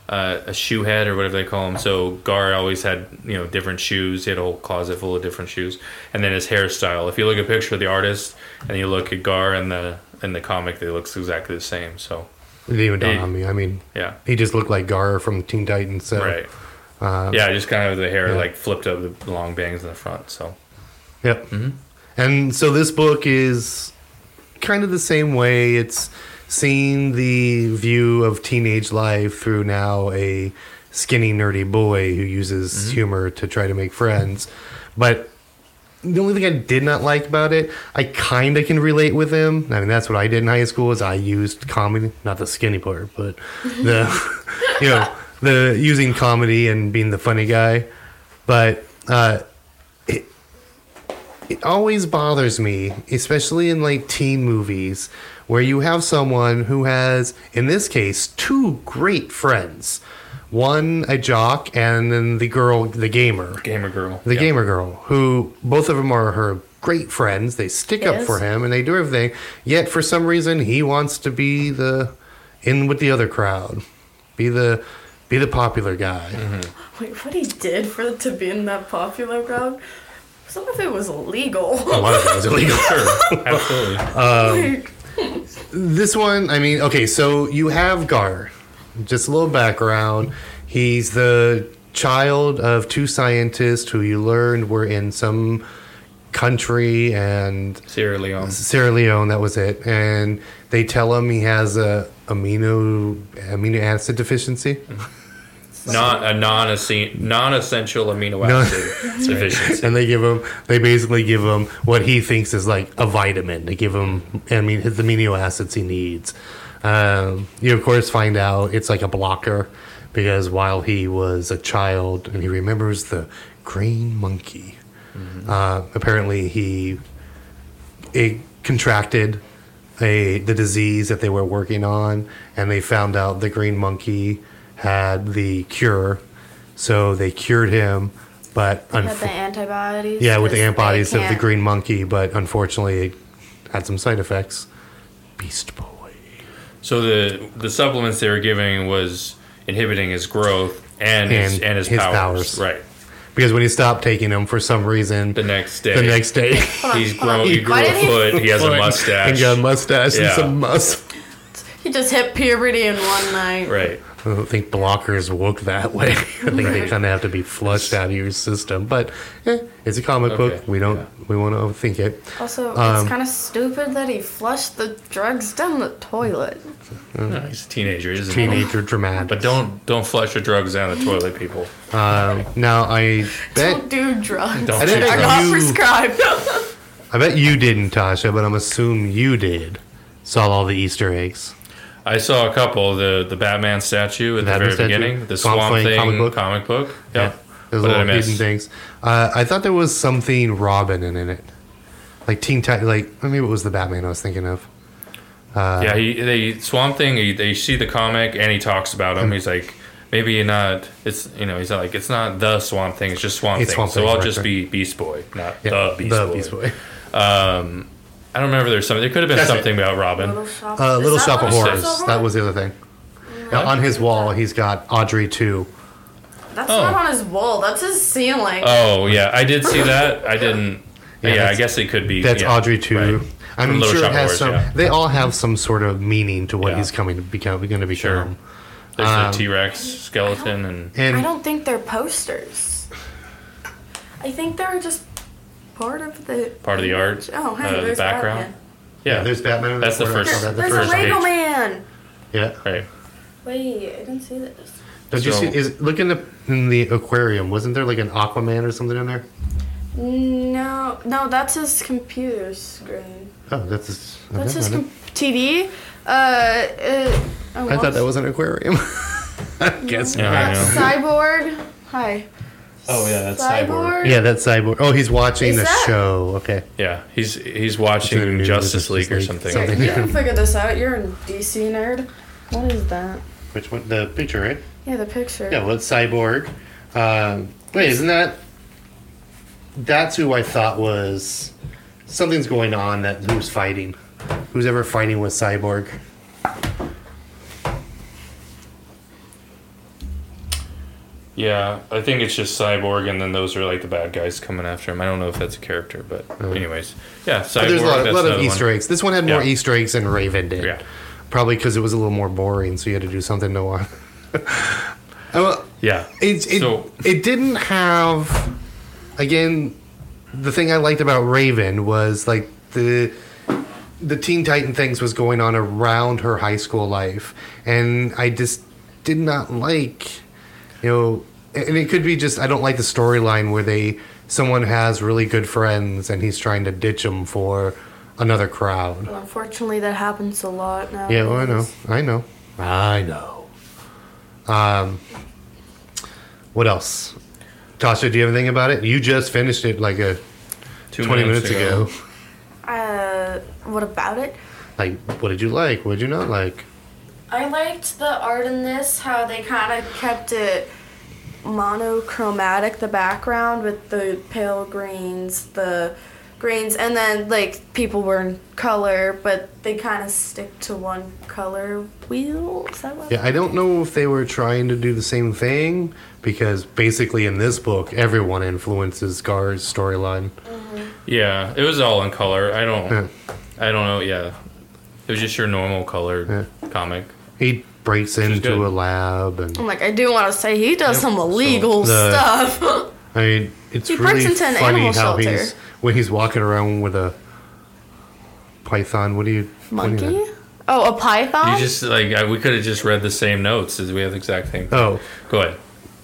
Speaker 3: uh, a shoe head or whatever they call him. So Gar always had you know different shoes. He had a whole closet full of different shoes, and then his hairstyle. If you look at a picture of the artist and you look at Gar in the in the comic, they looks exactly the same. So
Speaker 2: It didn't even dawn
Speaker 3: He-
Speaker 2: on me. I mean,
Speaker 3: yeah,
Speaker 2: he just looked like Gar from Teen Titans. So.
Speaker 3: right. yeah, just kind of the hair
Speaker 2: Uh, yeah.
Speaker 3: like flipped up with long bangs in the front. So
Speaker 2: Yep. And so this book is kind of the same way. It's seeing the view of teenage life through now a skinny, nerdy boy who uses humor to try to make friends. But the only thing I did not like about it, I kind of can relate with him. I mean, that's what I did in high school is I used comedy, not the skinny part, but the, you know, the using comedy and being the funny guy. But uh, it always bothers me, especially in like teen movies, where you have someone who has, in this case, two great friends one a jock and then the girl, the gamer.
Speaker 3: gamer girl.
Speaker 2: The
Speaker 3: yeah.
Speaker 2: gamer girl, who both of them are her great friends. They stick up
Speaker 4: Yes.
Speaker 2: for him and they do everything. Yet for some reason, he wants to be the in with the other crowd, be the be the popular guy.
Speaker 4: Wait, what he did for to be in that popular crowd? Some of it was illegal.
Speaker 2: A lot of it was illegal.
Speaker 3: Sure, absolutely.
Speaker 2: Um,
Speaker 4: Like,
Speaker 2: this one, I mean, okay, so you have Gar. Just a little background. He's the child of two scientists who you learned were in some country and
Speaker 3: Sierra Leone.
Speaker 2: Sierra Leone, that was it. And They tell him he has a amino amino acid deficiency.
Speaker 3: Not a non non-essential amino acid deficiency.
Speaker 2: and they give him they basically give him what he thinks is like a vitamin they give him i mean the amino acids he needs um, you of course find out it's like a blocker because while he was a child and he remembers the green monkey uh, apparently he it contracted a the disease that they were working on, and they found out the green monkey had the cure, so they cured him. But
Speaker 4: With
Speaker 2: unf-
Speaker 4: the antibodies.
Speaker 2: yeah, with the
Speaker 4: 'cause they
Speaker 2: antibodies of the
Speaker 4: can't-
Speaker 2: green monkey, but unfortunately, it had some side effects. Beast boy.
Speaker 3: So the the supplements they were giving was inhibiting his growth and his,
Speaker 2: And
Speaker 3: and his,
Speaker 2: his
Speaker 3: powers.
Speaker 2: powers.
Speaker 3: Right.
Speaker 2: Because when he stopped taking them for some reason,
Speaker 3: The next day.
Speaker 2: the next day
Speaker 3: He's grown. He grew
Speaker 4: Why
Speaker 3: a
Speaker 4: did he-
Speaker 3: foot. He has a mustache.
Speaker 2: and got a mustache and
Speaker 3: Yeah.
Speaker 2: some muscle.
Speaker 4: He just hit puberty in one night.
Speaker 3: right.
Speaker 2: I don't think blockers work that way. I think they kind of have to be flushed out of your system. But eh, it's a comic
Speaker 3: Okay,
Speaker 2: book. We don't.
Speaker 3: yeah.
Speaker 2: We want to overthink it.
Speaker 4: Also,
Speaker 2: Um,
Speaker 4: it's kind of stupid that he flushed the drugs down the toilet.
Speaker 3: No, he's a teenager, isn't he?
Speaker 2: Teenager dramatic.
Speaker 3: But don't don't flush your drugs down the toilet, people.
Speaker 2: Um, now I
Speaker 4: Don't
Speaker 2: bet.
Speaker 4: do drugs.
Speaker 3: Don't
Speaker 2: I
Speaker 3: do
Speaker 2: didn't
Speaker 4: They're
Speaker 2: think
Speaker 3: drugs.
Speaker 4: not
Speaker 2: you- Uh,
Speaker 4: prescribed.
Speaker 2: I bet you didn't, Tasha. But I'm assume you did. Saw all the Easter eggs.
Speaker 3: I saw a couple. The the Batman statue at the
Speaker 2: Batman
Speaker 3: very
Speaker 2: statue,
Speaker 3: beginning. The
Speaker 2: Swamp
Speaker 3: Swamp,
Speaker 2: Thing
Speaker 3: Thing
Speaker 2: comic book.
Speaker 3: comic book. Yep.
Speaker 2: There's
Speaker 3: What did I
Speaker 2: little
Speaker 3: miss?
Speaker 2: hidden things. Uh, I thought there was something Robin in it, like Teen Titan. Like maybe it was the Batman I was thinking of.
Speaker 3: yeah,
Speaker 2: Uh-huh.
Speaker 3: he, they Swamp Thing. He, they see the comic and he talks about
Speaker 2: Hmm.
Speaker 3: him. He's like, maybe you're not. It's you know, he's like, it's not the Swamp Thing. It's just Swamp
Speaker 2: It's
Speaker 3: Thing.
Speaker 2: Swamp
Speaker 3: so
Speaker 2: Thing,
Speaker 3: I'll
Speaker 2: right,
Speaker 3: just
Speaker 2: right.
Speaker 3: be Beast Boy, not
Speaker 2: Yeah,
Speaker 3: the Beast Boy.
Speaker 2: Boy.
Speaker 3: Um, I don't remember. There's something. There could have been
Speaker 2: That's it.
Speaker 3: something about Robin.
Speaker 4: shop.
Speaker 2: Uh,
Speaker 4: is
Speaker 2: Little
Speaker 4: that
Speaker 2: Shop of
Speaker 4: Little
Speaker 2: Horrors.
Speaker 4: Shop of
Speaker 2: That
Speaker 4: Horrors?
Speaker 2: was the other thing. Now, on his wall, he's got Audrey too.
Speaker 4: That's
Speaker 3: Oh.
Speaker 4: not on his wall. That's his ceiling.
Speaker 3: Oh yeah, I did see that. I didn't.
Speaker 2: Yeah,
Speaker 3: Yeah, I
Speaker 2: that's-
Speaker 3: guess it could be.
Speaker 2: That's
Speaker 3: yeah,
Speaker 2: Audrey too.
Speaker 3: right.
Speaker 2: I'm
Speaker 3: From Little
Speaker 2: sure it
Speaker 3: Shop of
Speaker 2: has
Speaker 3: Horrors,
Speaker 2: some.
Speaker 3: yeah.
Speaker 2: They all have some sort of meaning to what
Speaker 3: Yeah.
Speaker 2: he's coming to become. Going to
Speaker 3: Sure.
Speaker 2: become.
Speaker 3: There's
Speaker 2: Um,
Speaker 3: the T Rex skeleton and
Speaker 4: I
Speaker 2: And
Speaker 4: don't think they're posters. I think they're just part of the
Speaker 3: part of the art.
Speaker 4: Oh, hey,
Speaker 3: uh, the
Speaker 4: there's
Speaker 3: background.
Speaker 4: Batman.
Speaker 2: yeah, there's Batman. in
Speaker 3: That's the
Speaker 2: corner. I saw
Speaker 3: first-
Speaker 2: Oh, that
Speaker 4: There's a
Speaker 3: first page.
Speaker 4: Regal Man.
Speaker 2: Yeah.
Speaker 3: right.
Speaker 4: Wait, I didn't see this.
Speaker 2: Don't you
Speaker 3: So-
Speaker 2: see? Is look in the in the aquarium. Wasn't there like an Aquaman or something in there?
Speaker 4: No, no, that's his computer screen.
Speaker 2: Oh, that's his.
Speaker 4: That's
Speaker 2: okay,
Speaker 4: his
Speaker 2: I didn't-
Speaker 4: com- TV. Uh, uh,
Speaker 2: I thought that was an aquarium. I guess
Speaker 3: Yeah,
Speaker 2: not.
Speaker 3: I know.
Speaker 4: Cyborg. Hi.
Speaker 3: Oh yeah, that's
Speaker 2: Yeah, that's cyborg. Oh, he's watching
Speaker 4: Is
Speaker 2: the
Speaker 4: that-
Speaker 2: show. Okay.
Speaker 3: Yeah, he's he's
Speaker 2: It's in the
Speaker 3: watching
Speaker 2: new
Speaker 3: Justice
Speaker 2: Justice
Speaker 3: League or
Speaker 2: League.
Speaker 3: something.
Speaker 4: Here,
Speaker 2: Something.
Speaker 4: you can figure this out. You're a DC nerd. What is that?
Speaker 2: Which one? The picture, right?
Speaker 4: Yeah, the picture.
Speaker 2: Yeah, well, it's Cyborg. Um, wait, isn't that? That's who I thought was. Something's going on that who's fighting. Who's ever fighting with Cyborg?
Speaker 3: Yeah, I think it's just Cyborg, and then those are like the bad guys coming after him. I don't know if that's a character, but anyways, yeah, Cyborg.
Speaker 2: Mm. But there's a lot of,
Speaker 3: that's
Speaker 2: lot of
Speaker 3: another
Speaker 2: Easter
Speaker 3: one.
Speaker 2: eggs. This one had more
Speaker 3: Yeah.
Speaker 2: Easter eggs than Raven did.
Speaker 3: Yeah.
Speaker 2: Probably because it was a little more boring, so you had to do something to watch. Oh, well,
Speaker 3: Yeah,
Speaker 2: It's it,
Speaker 3: So-
Speaker 2: it didn't have again the thing I liked about Raven was like the the Teen Titan things was going on around her high school life and I just did not like you know and it could be just I don't like the storyline where they someone has really good friends and he's trying to ditch them for another crowd.
Speaker 4: Well, unfortunately, that happens a lot now.
Speaker 2: Yeah, well, I know. I know. I know. Um, what else? Tasha, do you have anything about it? You just finished it like a
Speaker 3: two
Speaker 2: 20 minutes, ago.
Speaker 4: Uh, what about it?
Speaker 2: Like, what did you like? What did you not like?
Speaker 4: I liked the art in this, how they kind of kept it monochromatic, the background with the pale greens, the greens, and then like people were in color, but they kind of stick to one color wheel. Is that what?
Speaker 2: Yeah, I don't know if they were trying to do the same thing because basically in this book, everyone influences Gar's storyline.
Speaker 3: Yeah, it was all in color. I don't,
Speaker 2: Yeah.
Speaker 3: I don't know. Yeah, it was just your normal colored comic.
Speaker 2: He breaks into
Speaker 3: good.
Speaker 2: a lab and
Speaker 4: I'm like, I do want to say he does
Speaker 3: Yep.
Speaker 4: some
Speaker 3: So
Speaker 4: illegal
Speaker 2: the-
Speaker 4: stuff.
Speaker 2: I mean, it's
Speaker 4: He breaks
Speaker 2: really
Speaker 4: into an
Speaker 2: funny
Speaker 4: animal
Speaker 2: how
Speaker 4: shelter.
Speaker 2: he's when he's walking around with a python. What do you what do you
Speaker 4: Monkey?
Speaker 2: know?
Speaker 5: Oh, a python?
Speaker 3: You just like I, we could have just read the same notes as we have the exact same.
Speaker 2: Oh,
Speaker 3: Go ahead.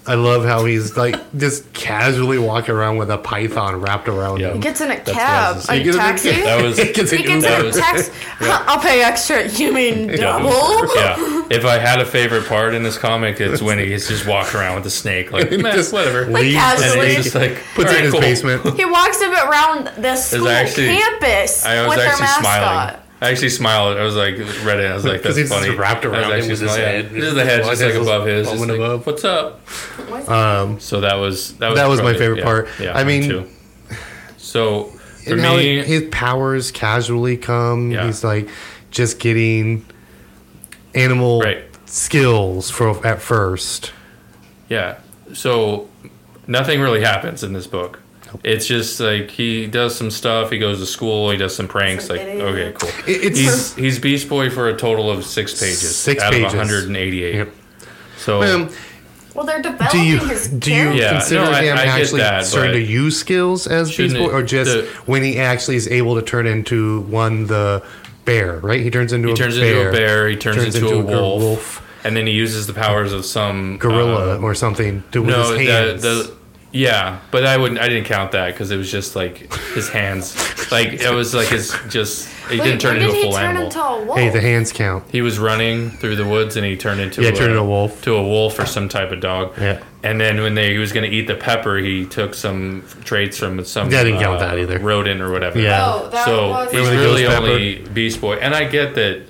Speaker 2: I love how he's like just casually walking around with a python wrapped around
Speaker 3: Yeah.
Speaker 2: him.
Speaker 5: gets in a
Speaker 3: what I
Speaker 5: cab,
Speaker 3: was
Speaker 5: a
Speaker 2: He gets-
Speaker 5: taxi.
Speaker 3: That was
Speaker 2: he gets an
Speaker 5: He gets
Speaker 2: Uber.
Speaker 5: in
Speaker 3: That
Speaker 5: a
Speaker 3: was-
Speaker 5: taxi. Huh, I'll pay extra. You mean double?
Speaker 3: yeah. If I had a favorite part in this comic, it's when he's just walking around with a snake, like
Speaker 2: He
Speaker 3: "Meh,
Speaker 2: just
Speaker 3: whatever.
Speaker 2: leaves the
Speaker 5: casually.
Speaker 2: snake,
Speaker 3: and he's just like
Speaker 2: puts it
Speaker 3: "Alright,
Speaker 2: in his
Speaker 3: cool."
Speaker 2: basement.
Speaker 5: He walks him around the school
Speaker 3: actually-
Speaker 5: campus
Speaker 3: I was
Speaker 5: with their
Speaker 3: actually
Speaker 5: mascot.
Speaker 3: smiling. I actually smiled. I was like, read it. I was like,
Speaker 2: 'Cause
Speaker 3: that's
Speaker 2: he's
Speaker 3: funny.
Speaker 2: just wrapped
Speaker 3: I was
Speaker 2: around him
Speaker 3: actually
Speaker 2: with his
Speaker 3: smiling.
Speaker 2: head.
Speaker 3: This is the head, just like
Speaker 2: Just
Speaker 3: above his. Just
Speaker 2: bubbling
Speaker 3: like,
Speaker 2: above.
Speaker 3: What's up?
Speaker 2: Um,
Speaker 3: So that was that was
Speaker 2: That was my favorite
Speaker 3: yeah,
Speaker 2: part.
Speaker 3: Yeah,
Speaker 2: I
Speaker 3: mine
Speaker 2: mean-
Speaker 3: too. so for
Speaker 2: and how
Speaker 3: me,
Speaker 2: his powers casually come.
Speaker 3: Yeah.
Speaker 2: He's like just getting animal
Speaker 3: Right.
Speaker 2: skills for at first.
Speaker 3: Yeah. So nothing really happens in this book. It's just like he does some stuff. He goes to school. He does some pranks. Like,
Speaker 4: Forgetting.
Speaker 3: okay, cool.
Speaker 2: It- it's-
Speaker 3: he's he's Beast Boy for a total of six pages
Speaker 2: Six
Speaker 3: out
Speaker 2: pages.
Speaker 3: of 188.
Speaker 2: Yep.
Speaker 3: So
Speaker 2: Um,
Speaker 5: Well, they're developing
Speaker 2: do you
Speaker 5: his
Speaker 2: do you
Speaker 5: character.
Speaker 3: Yeah,
Speaker 2: consider
Speaker 3: no, I-
Speaker 2: him
Speaker 3: I get
Speaker 2: actually
Speaker 3: that,
Speaker 2: starting to
Speaker 3: but-
Speaker 2: use skills as Beast
Speaker 3: Shouldn't
Speaker 2: Boy,
Speaker 3: it-
Speaker 2: or just
Speaker 3: the-
Speaker 2: when he actually is able to turn into one the bear? Right, he turns into
Speaker 3: he
Speaker 2: a
Speaker 3: turns
Speaker 2: bear.
Speaker 3: into a bear. He turns, into, a,
Speaker 2: gor-
Speaker 3: wolf, and then he uses the powers of some
Speaker 2: gorilla,
Speaker 3: uh,
Speaker 2: or something to, with
Speaker 3: no,
Speaker 2: his hands.
Speaker 3: the the yeah, but I wouldn't. I didn't count that because it was just like his hands. like it was like his just. He
Speaker 5: Wait,
Speaker 3: didn't turn
Speaker 5: when did
Speaker 3: into a
Speaker 5: he
Speaker 3: full
Speaker 5: turn
Speaker 3: animal.
Speaker 5: into a wolf?
Speaker 2: hey, the hands count.
Speaker 3: He was running through the woods and he turned into
Speaker 2: Yeah, turned into a wolf.
Speaker 3: to a wolf or some type of dog.
Speaker 2: Yeah.
Speaker 3: And then when they he was going to eat the pepper, he took some traits from some uh,
Speaker 2: Yeah, I didn't count that either.
Speaker 3: rodent or whatever.
Speaker 2: Yeah.
Speaker 5: oh, that
Speaker 3: so
Speaker 5: was
Speaker 3: he's
Speaker 2: Remember the
Speaker 3: really
Speaker 2: ghost
Speaker 3: only Beast Boy, and I get that.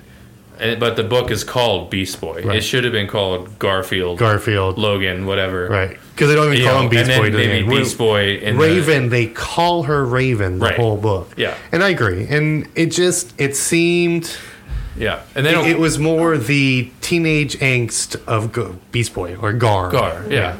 Speaker 3: eh, But the book is called Beast Boy.
Speaker 2: Right.
Speaker 3: It should have been called Garfield,
Speaker 2: Garfield,
Speaker 3: Logan, whatever.
Speaker 2: right? Because they don't even
Speaker 3: You
Speaker 2: call
Speaker 3: know,
Speaker 2: him Beast
Speaker 3: and then
Speaker 2: Boy. do they?
Speaker 3: maybe
Speaker 2: Well,
Speaker 3: Beast Boy and
Speaker 2: Raven, they call her Raven the
Speaker 3: Right.
Speaker 2: whole book.
Speaker 3: Yeah.
Speaker 2: and I agree. And it just it seemed
Speaker 3: yeah, and then
Speaker 2: it was more the teenage angst of Go- Beast Boy or Gar.
Speaker 3: Gar. yeah.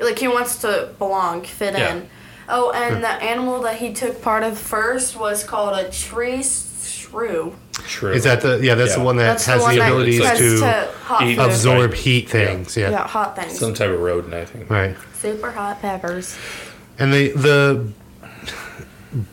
Speaker 5: like he wants to belong, fit
Speaker 3: Yeah.
Speaker 5: in. Oh,
Speaker 2: Hmm.
Speaker 5: and the animal that he took part of first was called a tree shrew.
Speaker 3: true.
Speaker 2: Is that the yeah? That's
Speaker 3: Yeah.
Speaker 2: the one that
Speaker 5: That's
Speaker 2: has
Speaker 5: the one
Speaker 2: the,
Speaker 5: that
Speaker 2: abilities
Speaker 5: has
Speaker 2: to,
Speaker 5: to hot
Speaker 3: eat-
Speaker 5: food.
Speaker 2: absorb
Speaker 3: Right.
Speaker 2: heat things. Yeah.
Speaker 5: yeah, hot things.
Speaker 3: some type of rodent? I think.
Speaker 2: right.
Speaker 5: Super hot peppers.
Speaker 2: And the the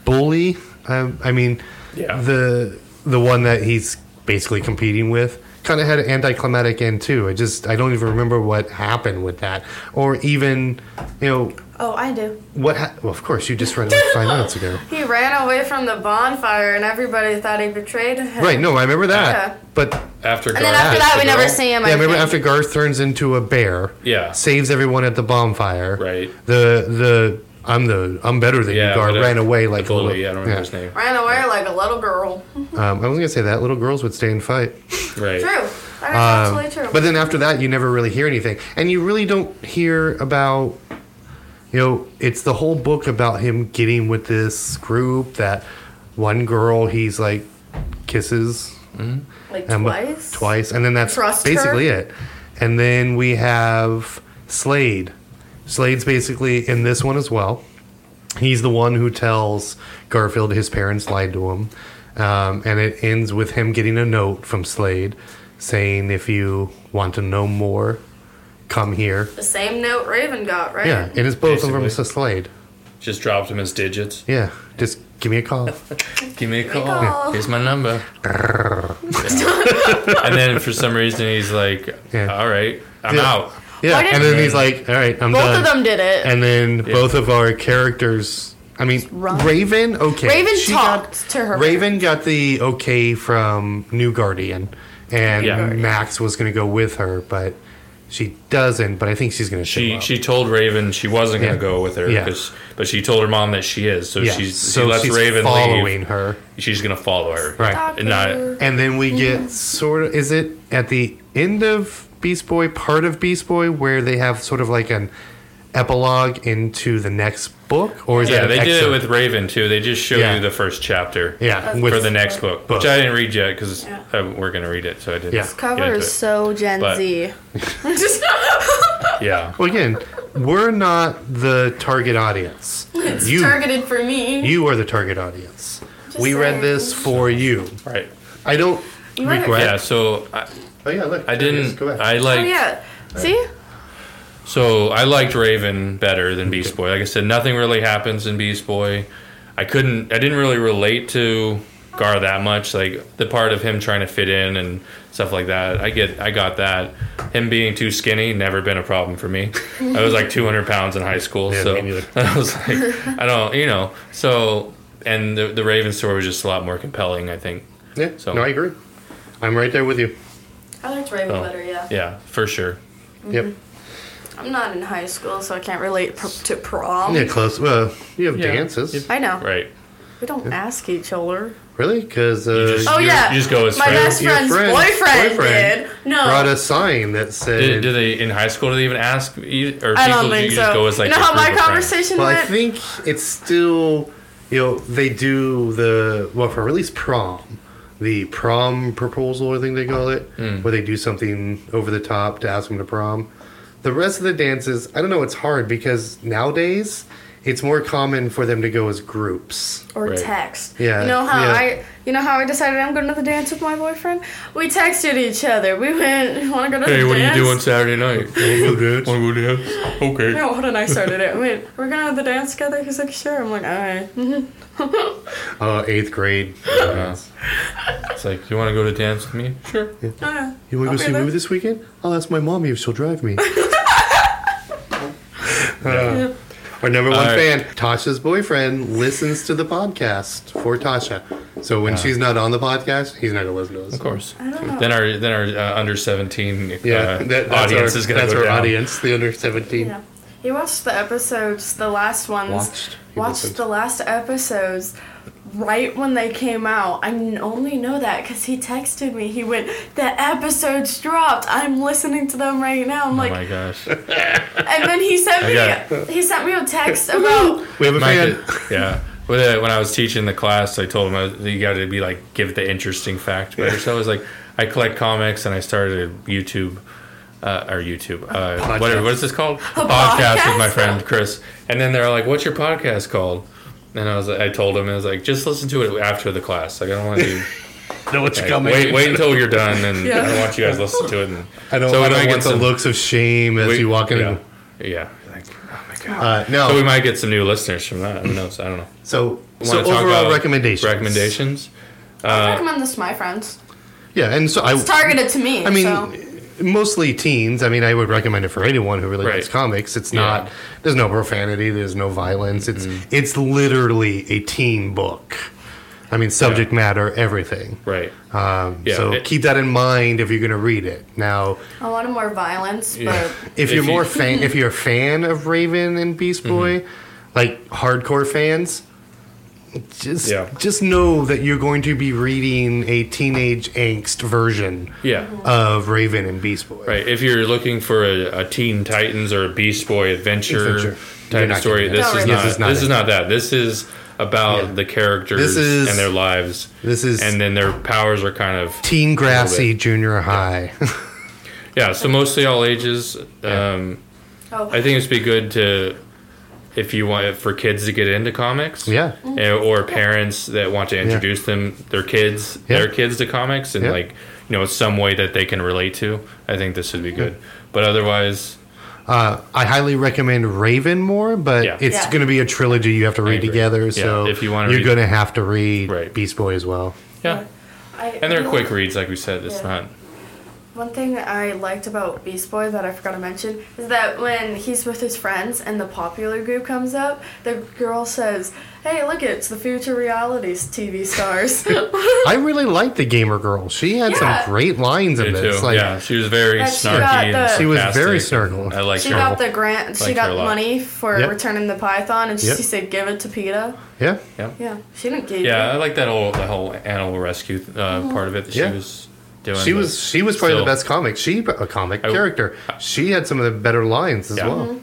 Speaker 2: bully. Um, I mean,
Speaker 3: Yeah.
Speaker 2: the the one that he's basically competing with kind of had an anticlimactic end too. I just I don't even remember what happened with that, or even you know
Speaker 5: Oh, I do.
Speaker 2: what. Ha- well, of course, you just read it like five minutes ago.
Speaker 5: He ran away from the bonfire, and everybody thought he betrayed him.
Speaker 2: Right. No, I remember that.
Speaker 5: Yeah.
Speaker 2: But
Speaker 3: After
Speaker 5: And then
Speaker 3: Gar-
Speaker 5: after that,
Speaker 3: the
Speaker 5: we never
Speaker 3: girl?
Speaker 5: see him.
Speaker 2: yeah,
Speaker 5: I
Speaker 2: remember
Speaker 5: think.
Speaker 2: after Garth turns into a bear.
Speaker 3: Yeah.
Speaker 2: Saves everyone at the bonfire.
Speaker 3: Right.
Speaker 2: The the I'm the I'm better than
Speaker 3: Yeah,
Speaker 2: you. Garth
Speaker 3: whatever.
Speaker 2: ran away
Speaker 3: The
Speaker 2: like a
Speaker 3: bully,
Speaker 2: little-
Speaker 3: yeah, I don't remember his name.
Speaker 5: ran away like a little girl.
Speaker 2: Um, I was gonna say that little girls would stay and fight.
Speaker 3: Right.
Speaker 5: True. That is
Speaker 2: Um,
Speaker 5: absolutely true.
Speaker 2: But then after that, you never really hear anything, and you really don't hear about. You know, it's the whole book about him getting with this group. That one girl, he's like kisses
Speaker 5: like
Speaker 2: And what-
Speaker 5: twice.
Speaker 2: Twice, and then that's
Speaker 5: Trust
Speaker 2: basically it. And then we have Slade. Slade's basically in this one as well. He's the one who tells Garfield his parents lied to him, um, and it ends with him getting a note from Slade saying, "If you want to know more, come here."
Speaker 5: The same note Raven got, right?
Speaker 2: Yeah, and it's both of them to
Speaker 3: Basically.
Speaker 2: Slade.
Speaker 3: Just dropped him his digits.
Speaker 2: Yeah, just give me a call.
Speaker 3: Give me a call.
Speaker 5: call.
Speaker 3: Here's my number. Yeah. and then for some reason he's like,
Speaker 2: Yeah.
Speaker 3: "All right, I'm
Speaker 2: Yeah.
Speaker 3: out."
Speaker 2: Yeah,
Speaker 5: Why did-
Speaker 2: and then he's like, "All right, I'm
Speaker 5: Both
Speaker 2: done."
Speaker 5: of them did it.
Speaker 2: and then both of our characters. I mean,
Speaker 5: run.
Speaker 2: Raven. Okay,
Speaker 5: Raven
Speaker 2: she
Speaker 5: talked to her.
Speaker 2: Got, Raven got the okay from New Guardian, and
Speaker 3: Yeah.
Speaker 2: Max was going to go with her, but she doesn't. But I think she's going to show
Speaker 3: She
Speaker 2: up.
Speaker 3: she told Raven she wasn't gonna
Speaker 2: Yeah.
Speaker 3: go with her,
Speaker 2: Yeah.
Speaker 3: 'cause- but she told her mom that she is. So
Speaker 2: yeah,
Speaker 3: she's
Speaker 2: so
Speaker 3: she lets
Speaker 2: she's
Speaker 3: Raven
Speaker 2: following
Speaker 3: leave.
Speaker 2: her,
Speaker 3: She's gonna follow her.
Speaker 2: right?
Speaker 3: And not
Speaker 2: And then we get sort of is it at the end of Beast Boy, part of Beast Boy, where they have sort of like an epilogue into the next book, or is that
Speaker 3: yeah,
Speaker 2: an
Speaker 3: they did it
Speaker 2: excerpt?
Speaker 3: with Raven too. They just show
Speaker 2: Yeah.
Speaker 3: you the first chapter.
Speaker 2: yeah
Speaker 3: For
Speaker 2: with
Speaker 3: the next book,
Speaker 2: Book.
Speaker 3: which I didn't read yet because
Speaker 5: Yeah.
Speaker 3: we're gonna read it, so I didn't.
Speaker 2: Yeah.
Speaker 3: get
Speaker 5: Cover
Speaker 3: into
Speaker 5: is
Speaker 3: it.
Speaker 5: so Gen
Speaker 3: But-
Speaker 5: Z.
Speaker 3: yeah,
Speaker 2: Well, again, we're not the target audience. you,
Speaker 5: Targeted for me.
Speaker 2: you are the target audience. we
Speaker 5: saying.
Speaker 2: read this for you.
Speaker 3: right.
Speaker 2: I don't
Speaker 5: read it-
Speaker 2: regret.
Speaker 3: Yeah, so I,
Speaker 2: Oh yeah, look.
Speaker 3: I
Speaker 2: there it is.
Speaker 3: didn't.
Speaker 2: Go back.
Speaker 3: I
Speaker 5: oh
Speaker 3: like.
Speaker 5: yeah. See?
Speaker 3: So I liked Raven better than Beast Boy. Like I said, nothing really happens in Beast Boy. I couldn't. I didn't really relate to Gar that much. Like the part of him trying to fit in and stuff like that. I get, I got that. Him being too skinny never been a problem for me. I was like 200 pounds in high school,
Speaker 2: Yeah,
Speaker 3: so
Speaker 2: me neither.
Speaker 3: I was like, I don't, you know. So and the the Raven story was just a lot more compelling, I think.
Speaker 2: Yeah.
Speaker 3: So-
Speaker 2: No, I agree. I'm right there with you.
Speaker 4: Mm-hmm.
Speaker 5: I liked Raven
Speaker 3: So,
Speaker 5: better, yeah.
Speaker 3: Oh. Yeah, for sure.
Speaker 2: Yep.
Speaker 4: I'm not in high school, so I can't relate pr- to prom.
Speaker 2: Yeah, close. Well, you have
Speaker 3: Yeah.
Speaker 2: dances.
Speaker 4: I know.
Speaker 3: Right.
Speaker 4: We don't ask each other.
Speaker 2: Really? Because uh,
Speaker 3: just-
Speaker 4: Oh
Speaker 3: You-
Speaker 4: yeah.
Speaker 3: you just go as
Speaker 4: My
Speaker 3: friends.
Speaker 4: best
Speaker 2: Your
Speaker 4: friend's
Speaker 2: friend-
Speaker 4: boyfriend,
Speaker 2: boyfriend
Speaker 4: did. No.
Speaker 2: brought a sign that said.
Speaker 3: Did, do they in high school? Do they even ask? e- Or
Speaker 4: I don't
Speaker 3: people-
Speaker 4: think
Speaker 3: you
Speaker 4: so.
Speaker 3: Just go as, like,
Speaker 4: you know
Speaker 3: your
Speaker 4: how
Speaker 3: group
Speaker 4: my
Speaker 3: of friends?
Speaker 4: conversation
Speaker 2: well, I
Speaker 4: went?
Speaker 2: think it's still, you know, they do the well for at least prom, the prom proposal I think they call it, where they do something over the top to ask them to prom. The rest of the dances, I don't know. It's hard because nowadays it's more common for them to go as groups.
Speaker 4: or
Speaker 3: Right.
Speaker 4: text.
Speaker 2: Yeah,
Speaker 4: You know how
Speaker 2: yeah.
Speaker 4: I you know how I decided I'm going to the dance with my boyfriend? We texted each other. We went, want to go to
Speaker 3: Hey,
Speaker 4: the
Speaker 3: what
Speaker 4: dance?
Speaker 3: are you doing Saturday night? Want to go dance? Okay.
Speaker 4: No, hold on, I started it. I went, we're going to the dance together? He's like, sure. I'm like, all right.
Speaker 2: Hmm. Uh, eighth grade.
Speaker 3: Uh, it's like, you want to go to dance with me? Sure.
Speaker 4: Yeah.
Speaker 2: You want to go
Speaker 4: I'll be
Speaker 2: see a
Speaker 4: there.
Speaker 2: movie this weekend? I'll ask my mommy if she'll drive me. Uh, our number one
Speaker 3: All
Speaker 2: fan,
Speaker 3: right.
Speaker 2: Tasha's boyfriend, listens to the podcast for Tasha. So when she's not on the podcast, he's not going to listen to us.
Speaker 3: Of course.
Speaker 4: don't know.
Speaker 3: Then our then our uh, under seventeen
Speaker 2: Yeah,
Speaker 3: uh,
Speaker 2: that, that's
Speaker 3: audience
Speaker 2: our,
Speaker 3: is gonna
Speaker 2: that's
Speaker 3: go
Speaker 2: our
Speaker 3: down.
Speaker 2: audience, the under 17.
Speaker 4: Yeah. He watched the episodes, the last ones.
Speaker 2: Watched? He listened.
Speaker 4: watched the last episodes right when they came out. I n- only know that because he texted me. He went, The episodes dropped. I'm listening to them right now. I'm
Speaker 3: Oh
Speaker 4: like,
Speaker 3: my gosh.
Speaker 4: and then he sent
Speaker 3: I Uh,
Speaker 4: me he sent me a text about
Speaker 2: We have a
Speaker 3: Mine
Speaker 2: fan.
Speaker 3: did- yeah. When I, when I was teaching the class, I told them I, that you got to be like give the interesting fact. But so I was like, I collect comics and I started a YouTube. Uh, or YouTube, uh, whatever. What is this called? podcast, with my
Speaker 4: podcast?
Speaker 3: friend Chris. And then they're like, "What's your podcast called?" And I was, I told him, I was like, "Just listen to it after the class. Like, I don't want to do
Speaker 2: Know what's
Speaker 3: Like,
Speaker 2: coming.
Speaker 3: Wait, wait until you're done, and
Speaker 4: Yeah.
Speaker 3: I don't want you guys to listen to it. And
Speaker 2: I don't,
Speaker 3: so we
Speaker 2: I don't
Speaker 3: might
Speaker 2: want
Speaker 3: get
Speaker 2: the
Speaker 3: some-
Speaker 2: looks of shame as
Speaker 3: we-
Speaker 2: you walk in.
Speaker 3: Yeah, yeah. Like, oh my god.
Speaker 2: Uh, no.
Speaker 3: so we might get some new listeners from that. Who knows? I don't know.
Speaker 2: so, so
Speaker 3: Wanna talk
Speaker 2: overall
Speaker 3: about
Speaker 2: recommendations.
Speaker 3: Recommendations.
Speaker 4: I recommend this to my friends.
Speaker 2: Yeah, and so I.
Speaker 4: It's targeted to me.
Speaker 2: I mean,
Speaker 4: so.
Speaker 2: mostly teens. I mean, I would recommend it for anyone who really
Speaker 3: Right.
Speaker 2: likes comics. It's
Speaker 3: Yeah. Mm-hmm.
Speaker 2: not. There's no profanity. There's no violence. It's it's literally a teen book. I mean, subject matter, everything.
Speaker 3: Right.
Speaker 2: Um,
Speaker 3: Yeah,
Speaker 2: so
Speaker 3: it-
Speaker 2: keep that in mind if you're going to read it. Now,
Speaker 4: I wanted more violence,
Speaker 3: Yeah.
Speaker 4: but
Speaker 2: if,
Speaker 3: If
Speaker 2: you're
Speaker 3: you- Mm-hmm.
Speaker 2: more fan, if you're a fan of Raven and Beast Boy, like hardcore fans, just
Speaker 3: Yeah.
Speaker 2: just know that you're going to be reading a teenage angst version
Speaker 3: Yeah.
Speaker 2: of Raven and Beast Boy.
Speaker 3: Right. If you're looking for a, a Teen Titans or a Beast Boy adventure,
Speaker 2: Adventure. You're
Speaker 3: type
Speaker 2: not
Speaker 3: of story,
Speaker 2: getting
Speaker 3: this
Speaker 4: that.
Speaker 3: is,
Speaker 4: No,
Speaker 3: not,
Speaker 4: right.
Speaker 3: this is not.
Speaker 2: it.
Speaker 3: that. This is about
Speaker 2: Yeah.
Speaker 3: the characters
Speaker 2: This is-
Speaker 3: and their lives.
Speaker 2: This is-
Speaker 3: and then their powers are kind of
Speaker 2: Teen Grassy
Speaker 3: little
Speaker 2: Junior High.
Speaker 3: yeah. So mostly all ages. Um,
Speaker 5: Oh,
Speaker 3: I think it'd be good to, if you want for kids to get into comics,
Speaker 2: Yeah.
Speaker 3: and- Eh, or parents that want to introduce them their kids
Speaker 2: Yeah.
Speaker 3: their kids to comics and
Speaker 2: Yeah.
Speaker 3: like you know some way that they can relate to. I think this would be good, but otherwise,
Speaker 2: uh, I highly recommend Raven more, but
Speaker 3: Yeah.
Speaker 2: it's
Speaker 4: Yeah.
Speaker 2: going to be a trilogy you have to read
Speaker 3: agree.
Speaker 2: together.
Speaker 3: Yeah,
Speaker 2: So
Speaker 3: if you wanna
Speaker 2: you're
Speaker 3: read-
Speaker 2: going to have to read
Speaker 3: Right.
Speaker 2: Beast Boy as well.
Speaker 3: yeah.
Speaker 4: I,
Speaker 3: And they're quick reads, like we said. It's
Speaker 4: Yeah.
Speaker 3: not
Speaker 4: One thing I liked about Beast Boy that I forgot to mention is that when he's with his friends and the popular group comes up, the girl says, "Hey, look, it's the future realities TV stars."
Speaker 2: I really like the gamer girl. She had
Speaker 4: Yeah.
Speaker 2: some great lines in
Speaker 3: good too.
Speaker 2: this. Like,
Speaker 3: yeah, she was very
Speaker 4: Yeah, she got
Speaker 3: snarky.
Speaker 4: the-
Speaker 3: and
Speaker 4: She
Speaker 2: was very
Speaker 3: sarcastic.
Speaker 2: snarky.
Speaker 3: I like
Speaker 4: she
Speaker 3: her.
Speaker 4: got the grant. She
Speaker 3: Liked her
Speaker 4: got
Speaker 3: a lot.
Speaker 4: money for
Speaker 2: Yep.
Speaker 4: returning the Python, and
Speaker 2: Yep.
Speaker 4: she said, "Give it to Peta."
Speaker 2: yeah,
Speaker 3: yeah. yeah,
Speaker 4: Yeah, she didn't give.
Speaker 3: I like that whole the whole animal rescue
Speaker 4: Mm-hmm.
Speaker 3: uh, part of it that
Speaker 2: Yeah.
Speaker 3: she was doing.
Speaker 2: she
Speaker 3: but-
Speaker 2: was she was probably the
Speaker 3: still-
Speaker 2: best comic. She a comic
Speaker 3: I-
Speaker 2: character. She had some of the better lines as
Speaker 3: Yeah.
Speaker 2: well.
Speaker 4: Mm-hmm.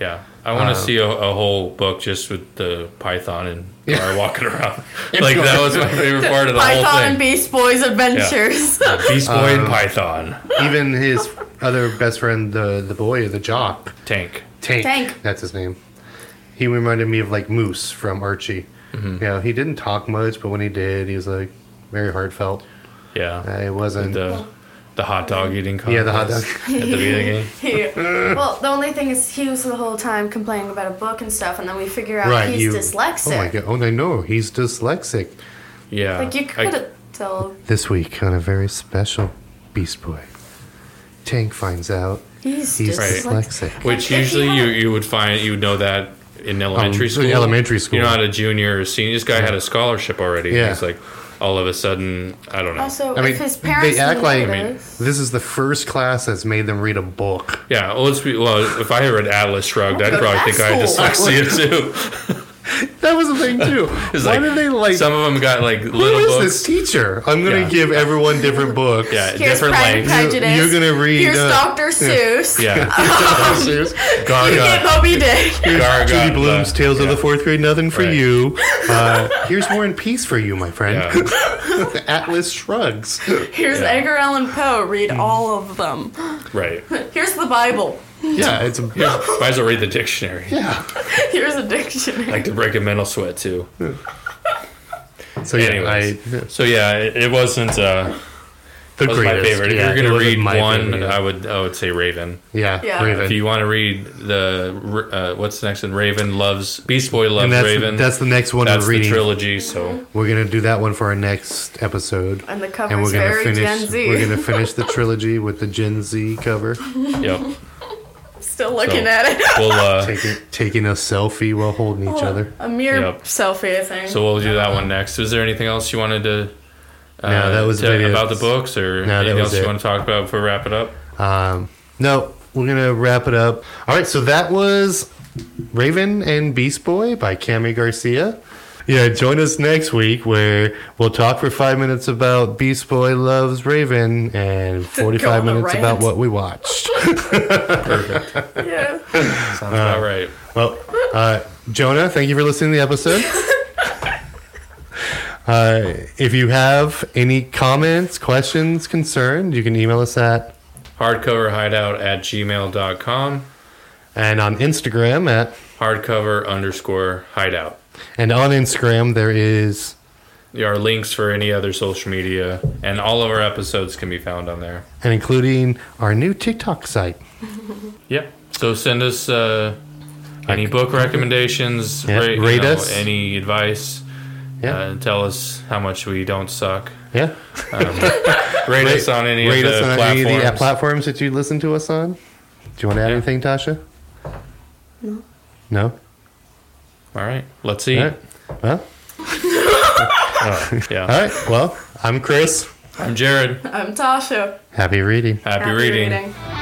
Speaker 3: Yeah, I
Speaker 2: Uh,
Speaker 3: want to see a, a whole book just with the python and
Speaker 2: Yeah.
Speaker 3: Gar walking around. like that was my favorite part of the
Speaker 4: Python
Speaker 3: whole
Speaker 4: and
Speaker 3: thing.
Speaker 4: Beast Boy's adventures.
Speaker 3: Beast Boy
Speaker 2: Um,
Speaker 3: and Python
Speaker 2: Even his other best friend, the the boy, the jock,
Speaker 3: Tank.
Speaker 2: Tank.
Speaker 4: Tank.
Speaker 2: That's his name. He reminded me of like Moose from Archie.
Speaker 3: Mm-hmm.
Speaker 2: You know, he didn't talk much, but when he did, he was like very heartfelt.
Speaker 3: Yeah,
Speaker 2: Uh, It wasn't.
Speaker 3: the the hot dog eating contest.
Speaker 2: Yeah, the hot
Speaker 3: at the beginning.
Speaker 4: He- well, the only thing is, he was the whole time complaining about a book and stuff, and then we figure out
Speaker 2: right,
Speaker 4: he's
Speaker 2: you.
Speaker 4: dyslexic.
Speaker 2: Oh my god! Oh, I know he's dyslexic.
Speaker 3: Yeah.
Speaker 5: Like you
Speaker 3: I-
Speaker 5: could have told.
Speaker 2: This week on a very special Beast Boy, Tank finds out
Speaker 4: He's,
Speaker 2: he's
Speaker 4: just
Speaker 3: Right.
Speaker 4: like,
Speaker 2: dyslexic.
Speaker 3: Which usually you, you would find you would know that in elementary
Speaker 2: Um, in
Speaker 3: school.
Speaker 2: elementary school.
Speaker 3: You're not a junior or senior. This guy had a scholarship already.
Speaker 2: Yeah.
Speaker 3: He's like all of a sudden I don't know.
Speaker 4: Oh,
Speaker 5: Also,
Speaker 2: I mean,
Speaker 5: if his parents
Speaker 2: they act like
Speaker 5: noticed-
Speaker 2: this is the first class that's made them read a book.
Speaker 3: yeah, well, let's be, well, if I had read Atlas
Speaker 5: Oh
Speaker 3: Shrugged, I'd
Speaker 4: Go to
Speaker 3: probably
Speaker 4: that
Speaker 3: think I had
Speaker 4: school.
Speaker 3: dyslexia too.
Speaker 2: That was the thing too.
Speaker 3: It's
Speaker 2: Why
Speaker 3: like,
Speaker 2: did they like?
Speaker 3: some of them got like
Speaker 2: who
Speaker 3: little
Speaker 2: is
Speaker 3: books.
Speaker 2: this teacher? I'm gonna
Speaker 3: Yeah.
Speaker 2: give everyone different books.
Speaker 3: Yeah,
Speaker 5: Here's
Speaker 3: different
Speaker 5: Pride
Speaker 3: lengths.
Speaker 5: and Prejudice.
Speaker 2: You're gonna read,
Speaker 5: Here's
Speaker 2: uh,
Speaker 5: Dr. Seuss.
Speaker 3: Yeah,
Speaker 2: Here's Oh
Speaker 5: Get
Speaker 3: Gaga,
Speaker 5: Moby Dick.
Speaker 3: Gaga,
Speaker 2: Judy Bloom's
Speaker 3: the-
Speaker 2: Tales of the Fourth Grade. Nothing for
Speaker 3: Right.
Speaker 2: you. Uh, here's War and Peace for you, my friend.
Speaker 3: yeah.
Speaker 2: Atlas shrugs.
Speaker 4: here's
Speaker 3: Yeah.
Speaker 4: Edgar Allan Poe. Read
Speaker 2: Mm.
Speaker 4: all of them.
Speaker 3: Right.
Speaker 4: Here's the Bible.
Speaker 2: Yeah, it's a,
Speaker 3: Yeah, Might as well read the dictionary.
Speaker 2: yeah.
Speaker 4: Here's a dictionary.
Speaker 3: Like to break a mental sweat too.
Speaker 2: So yeah,
Speaker 3: Anyways.
Speaker 2: I,
Speaker 3: So yeah, it, it wasn't uh
Speaker 2: the
Speaker 3: was
Speaker 2: greatest.
Speaker 3: my favorite.
Speaker 2: Yeah,
Speaker 3: if you're
Speaker 2: it
Speaker 3: gonna
Speaker 2: wasn't
Speaker 3: read
Speaker 2: my
Speaker 3: one,
Speaker 2: favorite.
Speaker 3: I would I would say Raven.
Speaker 2: yeah,
Speaker 5: Yeah.
Speaker 3: If
Speaker 2: Raven.
Speaker 3: you want to read the uh, what's the next one? Raven loves Beast Boy loves
Speaker 2: and that's
Speaker 3: Raven.
Speaker 2: that's the next one
Speaker 3: That's
Speaker 2: we're
Speaker 3: the
Speaker 2: reading.
Speaker 3: trilogy. So
Speaker 2: We're gonna do that one for our next episode.
Speaker 4: And the
Speaker 2: and
Speaker 4: cover's
Speaker 2: we're gonna
Speaker 4: very
Speaker 2: finish.
Speaker 4: Gen Z.
Speaker 2: We're gonna finish the trilogy with the Gen Z cover,
Speaker 3: yep,
Speaker 4: Still looking
Speaker 3: So-
Speaker 4: at it.
Speaker 3: we'll uh,
Speaker 2: taking taking a selfie while holding each other.
Speaker 4: A mirror
Speaker 3: Yep.
Speaker 4: selfie, I think.
Speaker 3: so we'll do that one next. Was there anything else you wanted to? Uh,
Speaker 2: No, that was
Speaker 3: to-
Speaker 2: videos.
Speaker 3: about the books, or
Speaker 2: No, that
Speaker 3: anything
Speaker 2: was
Speaker 3: else
Speaker 2: it.
Speaker 3: you want to talk about before we wrap it up?
Speaker 2: Um, no, we're gonna wrap it up. All right, so that was Raven and Beast Boy by Cami Garcia. Yeah, join us next week where we'll talk for five minutes about Beast Boy loves Raven and forty-five
Speaker 4: on a
Speaker 2: minutes
Speaker 4: rant.
Speaker 2: about what we watched.
Speaker 4: yeah.
Speaker 2: Uh,
Speaker 3: Sounds about right.
Speaker 2: Well, uh, Jonah, thank you for listening to the episode. Uh, if you have any comments, questions, concerns, you can email us at
Speaker 3: Hardcoverhideout at gmail.com.
Speaker 2: and on Instagram at
Speaker 3: Hardcover underscore hideout.
Speaker 2: and on Instagram there is
Speaker 3: There are links for any other social media, and all of our episodes can be found on there.
Speaker 2: and including our new TikTok site.
Speaker 3: Yep. So send us uh, any book recommendations,
Speaker 2: Yeah,
Speaker 3: rate,
Speaker 2: rate us.
Speaker 3: any advice.
Speaker 2: Yeah.
Speaker 3: Uh, tell us how much we don't suck.
Speaker 2: Yeah,
Speaker 3: Rate, us on any
Speaker 2: rate
Speaker 3: of
Speaker 2: us
Speaker 3: the
Speaker 2: on any
Speaker 3: platforms.
Speaker 2: of the uh, platforms that you listen to us on. Do you want to add anything, Tasha? No.
Speaker 3: All right. Let's see.
Speaker 2: No. All right. Well,
Speaker 3: Yeah.
Speaker 2: all right. Well, I'm Chris.
Speaker 3: I'm Jared. Happy,
Speaker 4: I'm Tasha.
Speaker 2: Happy reading.
Speaker 4: Happy
Speaker 3: reading.
Speaker 4: reading.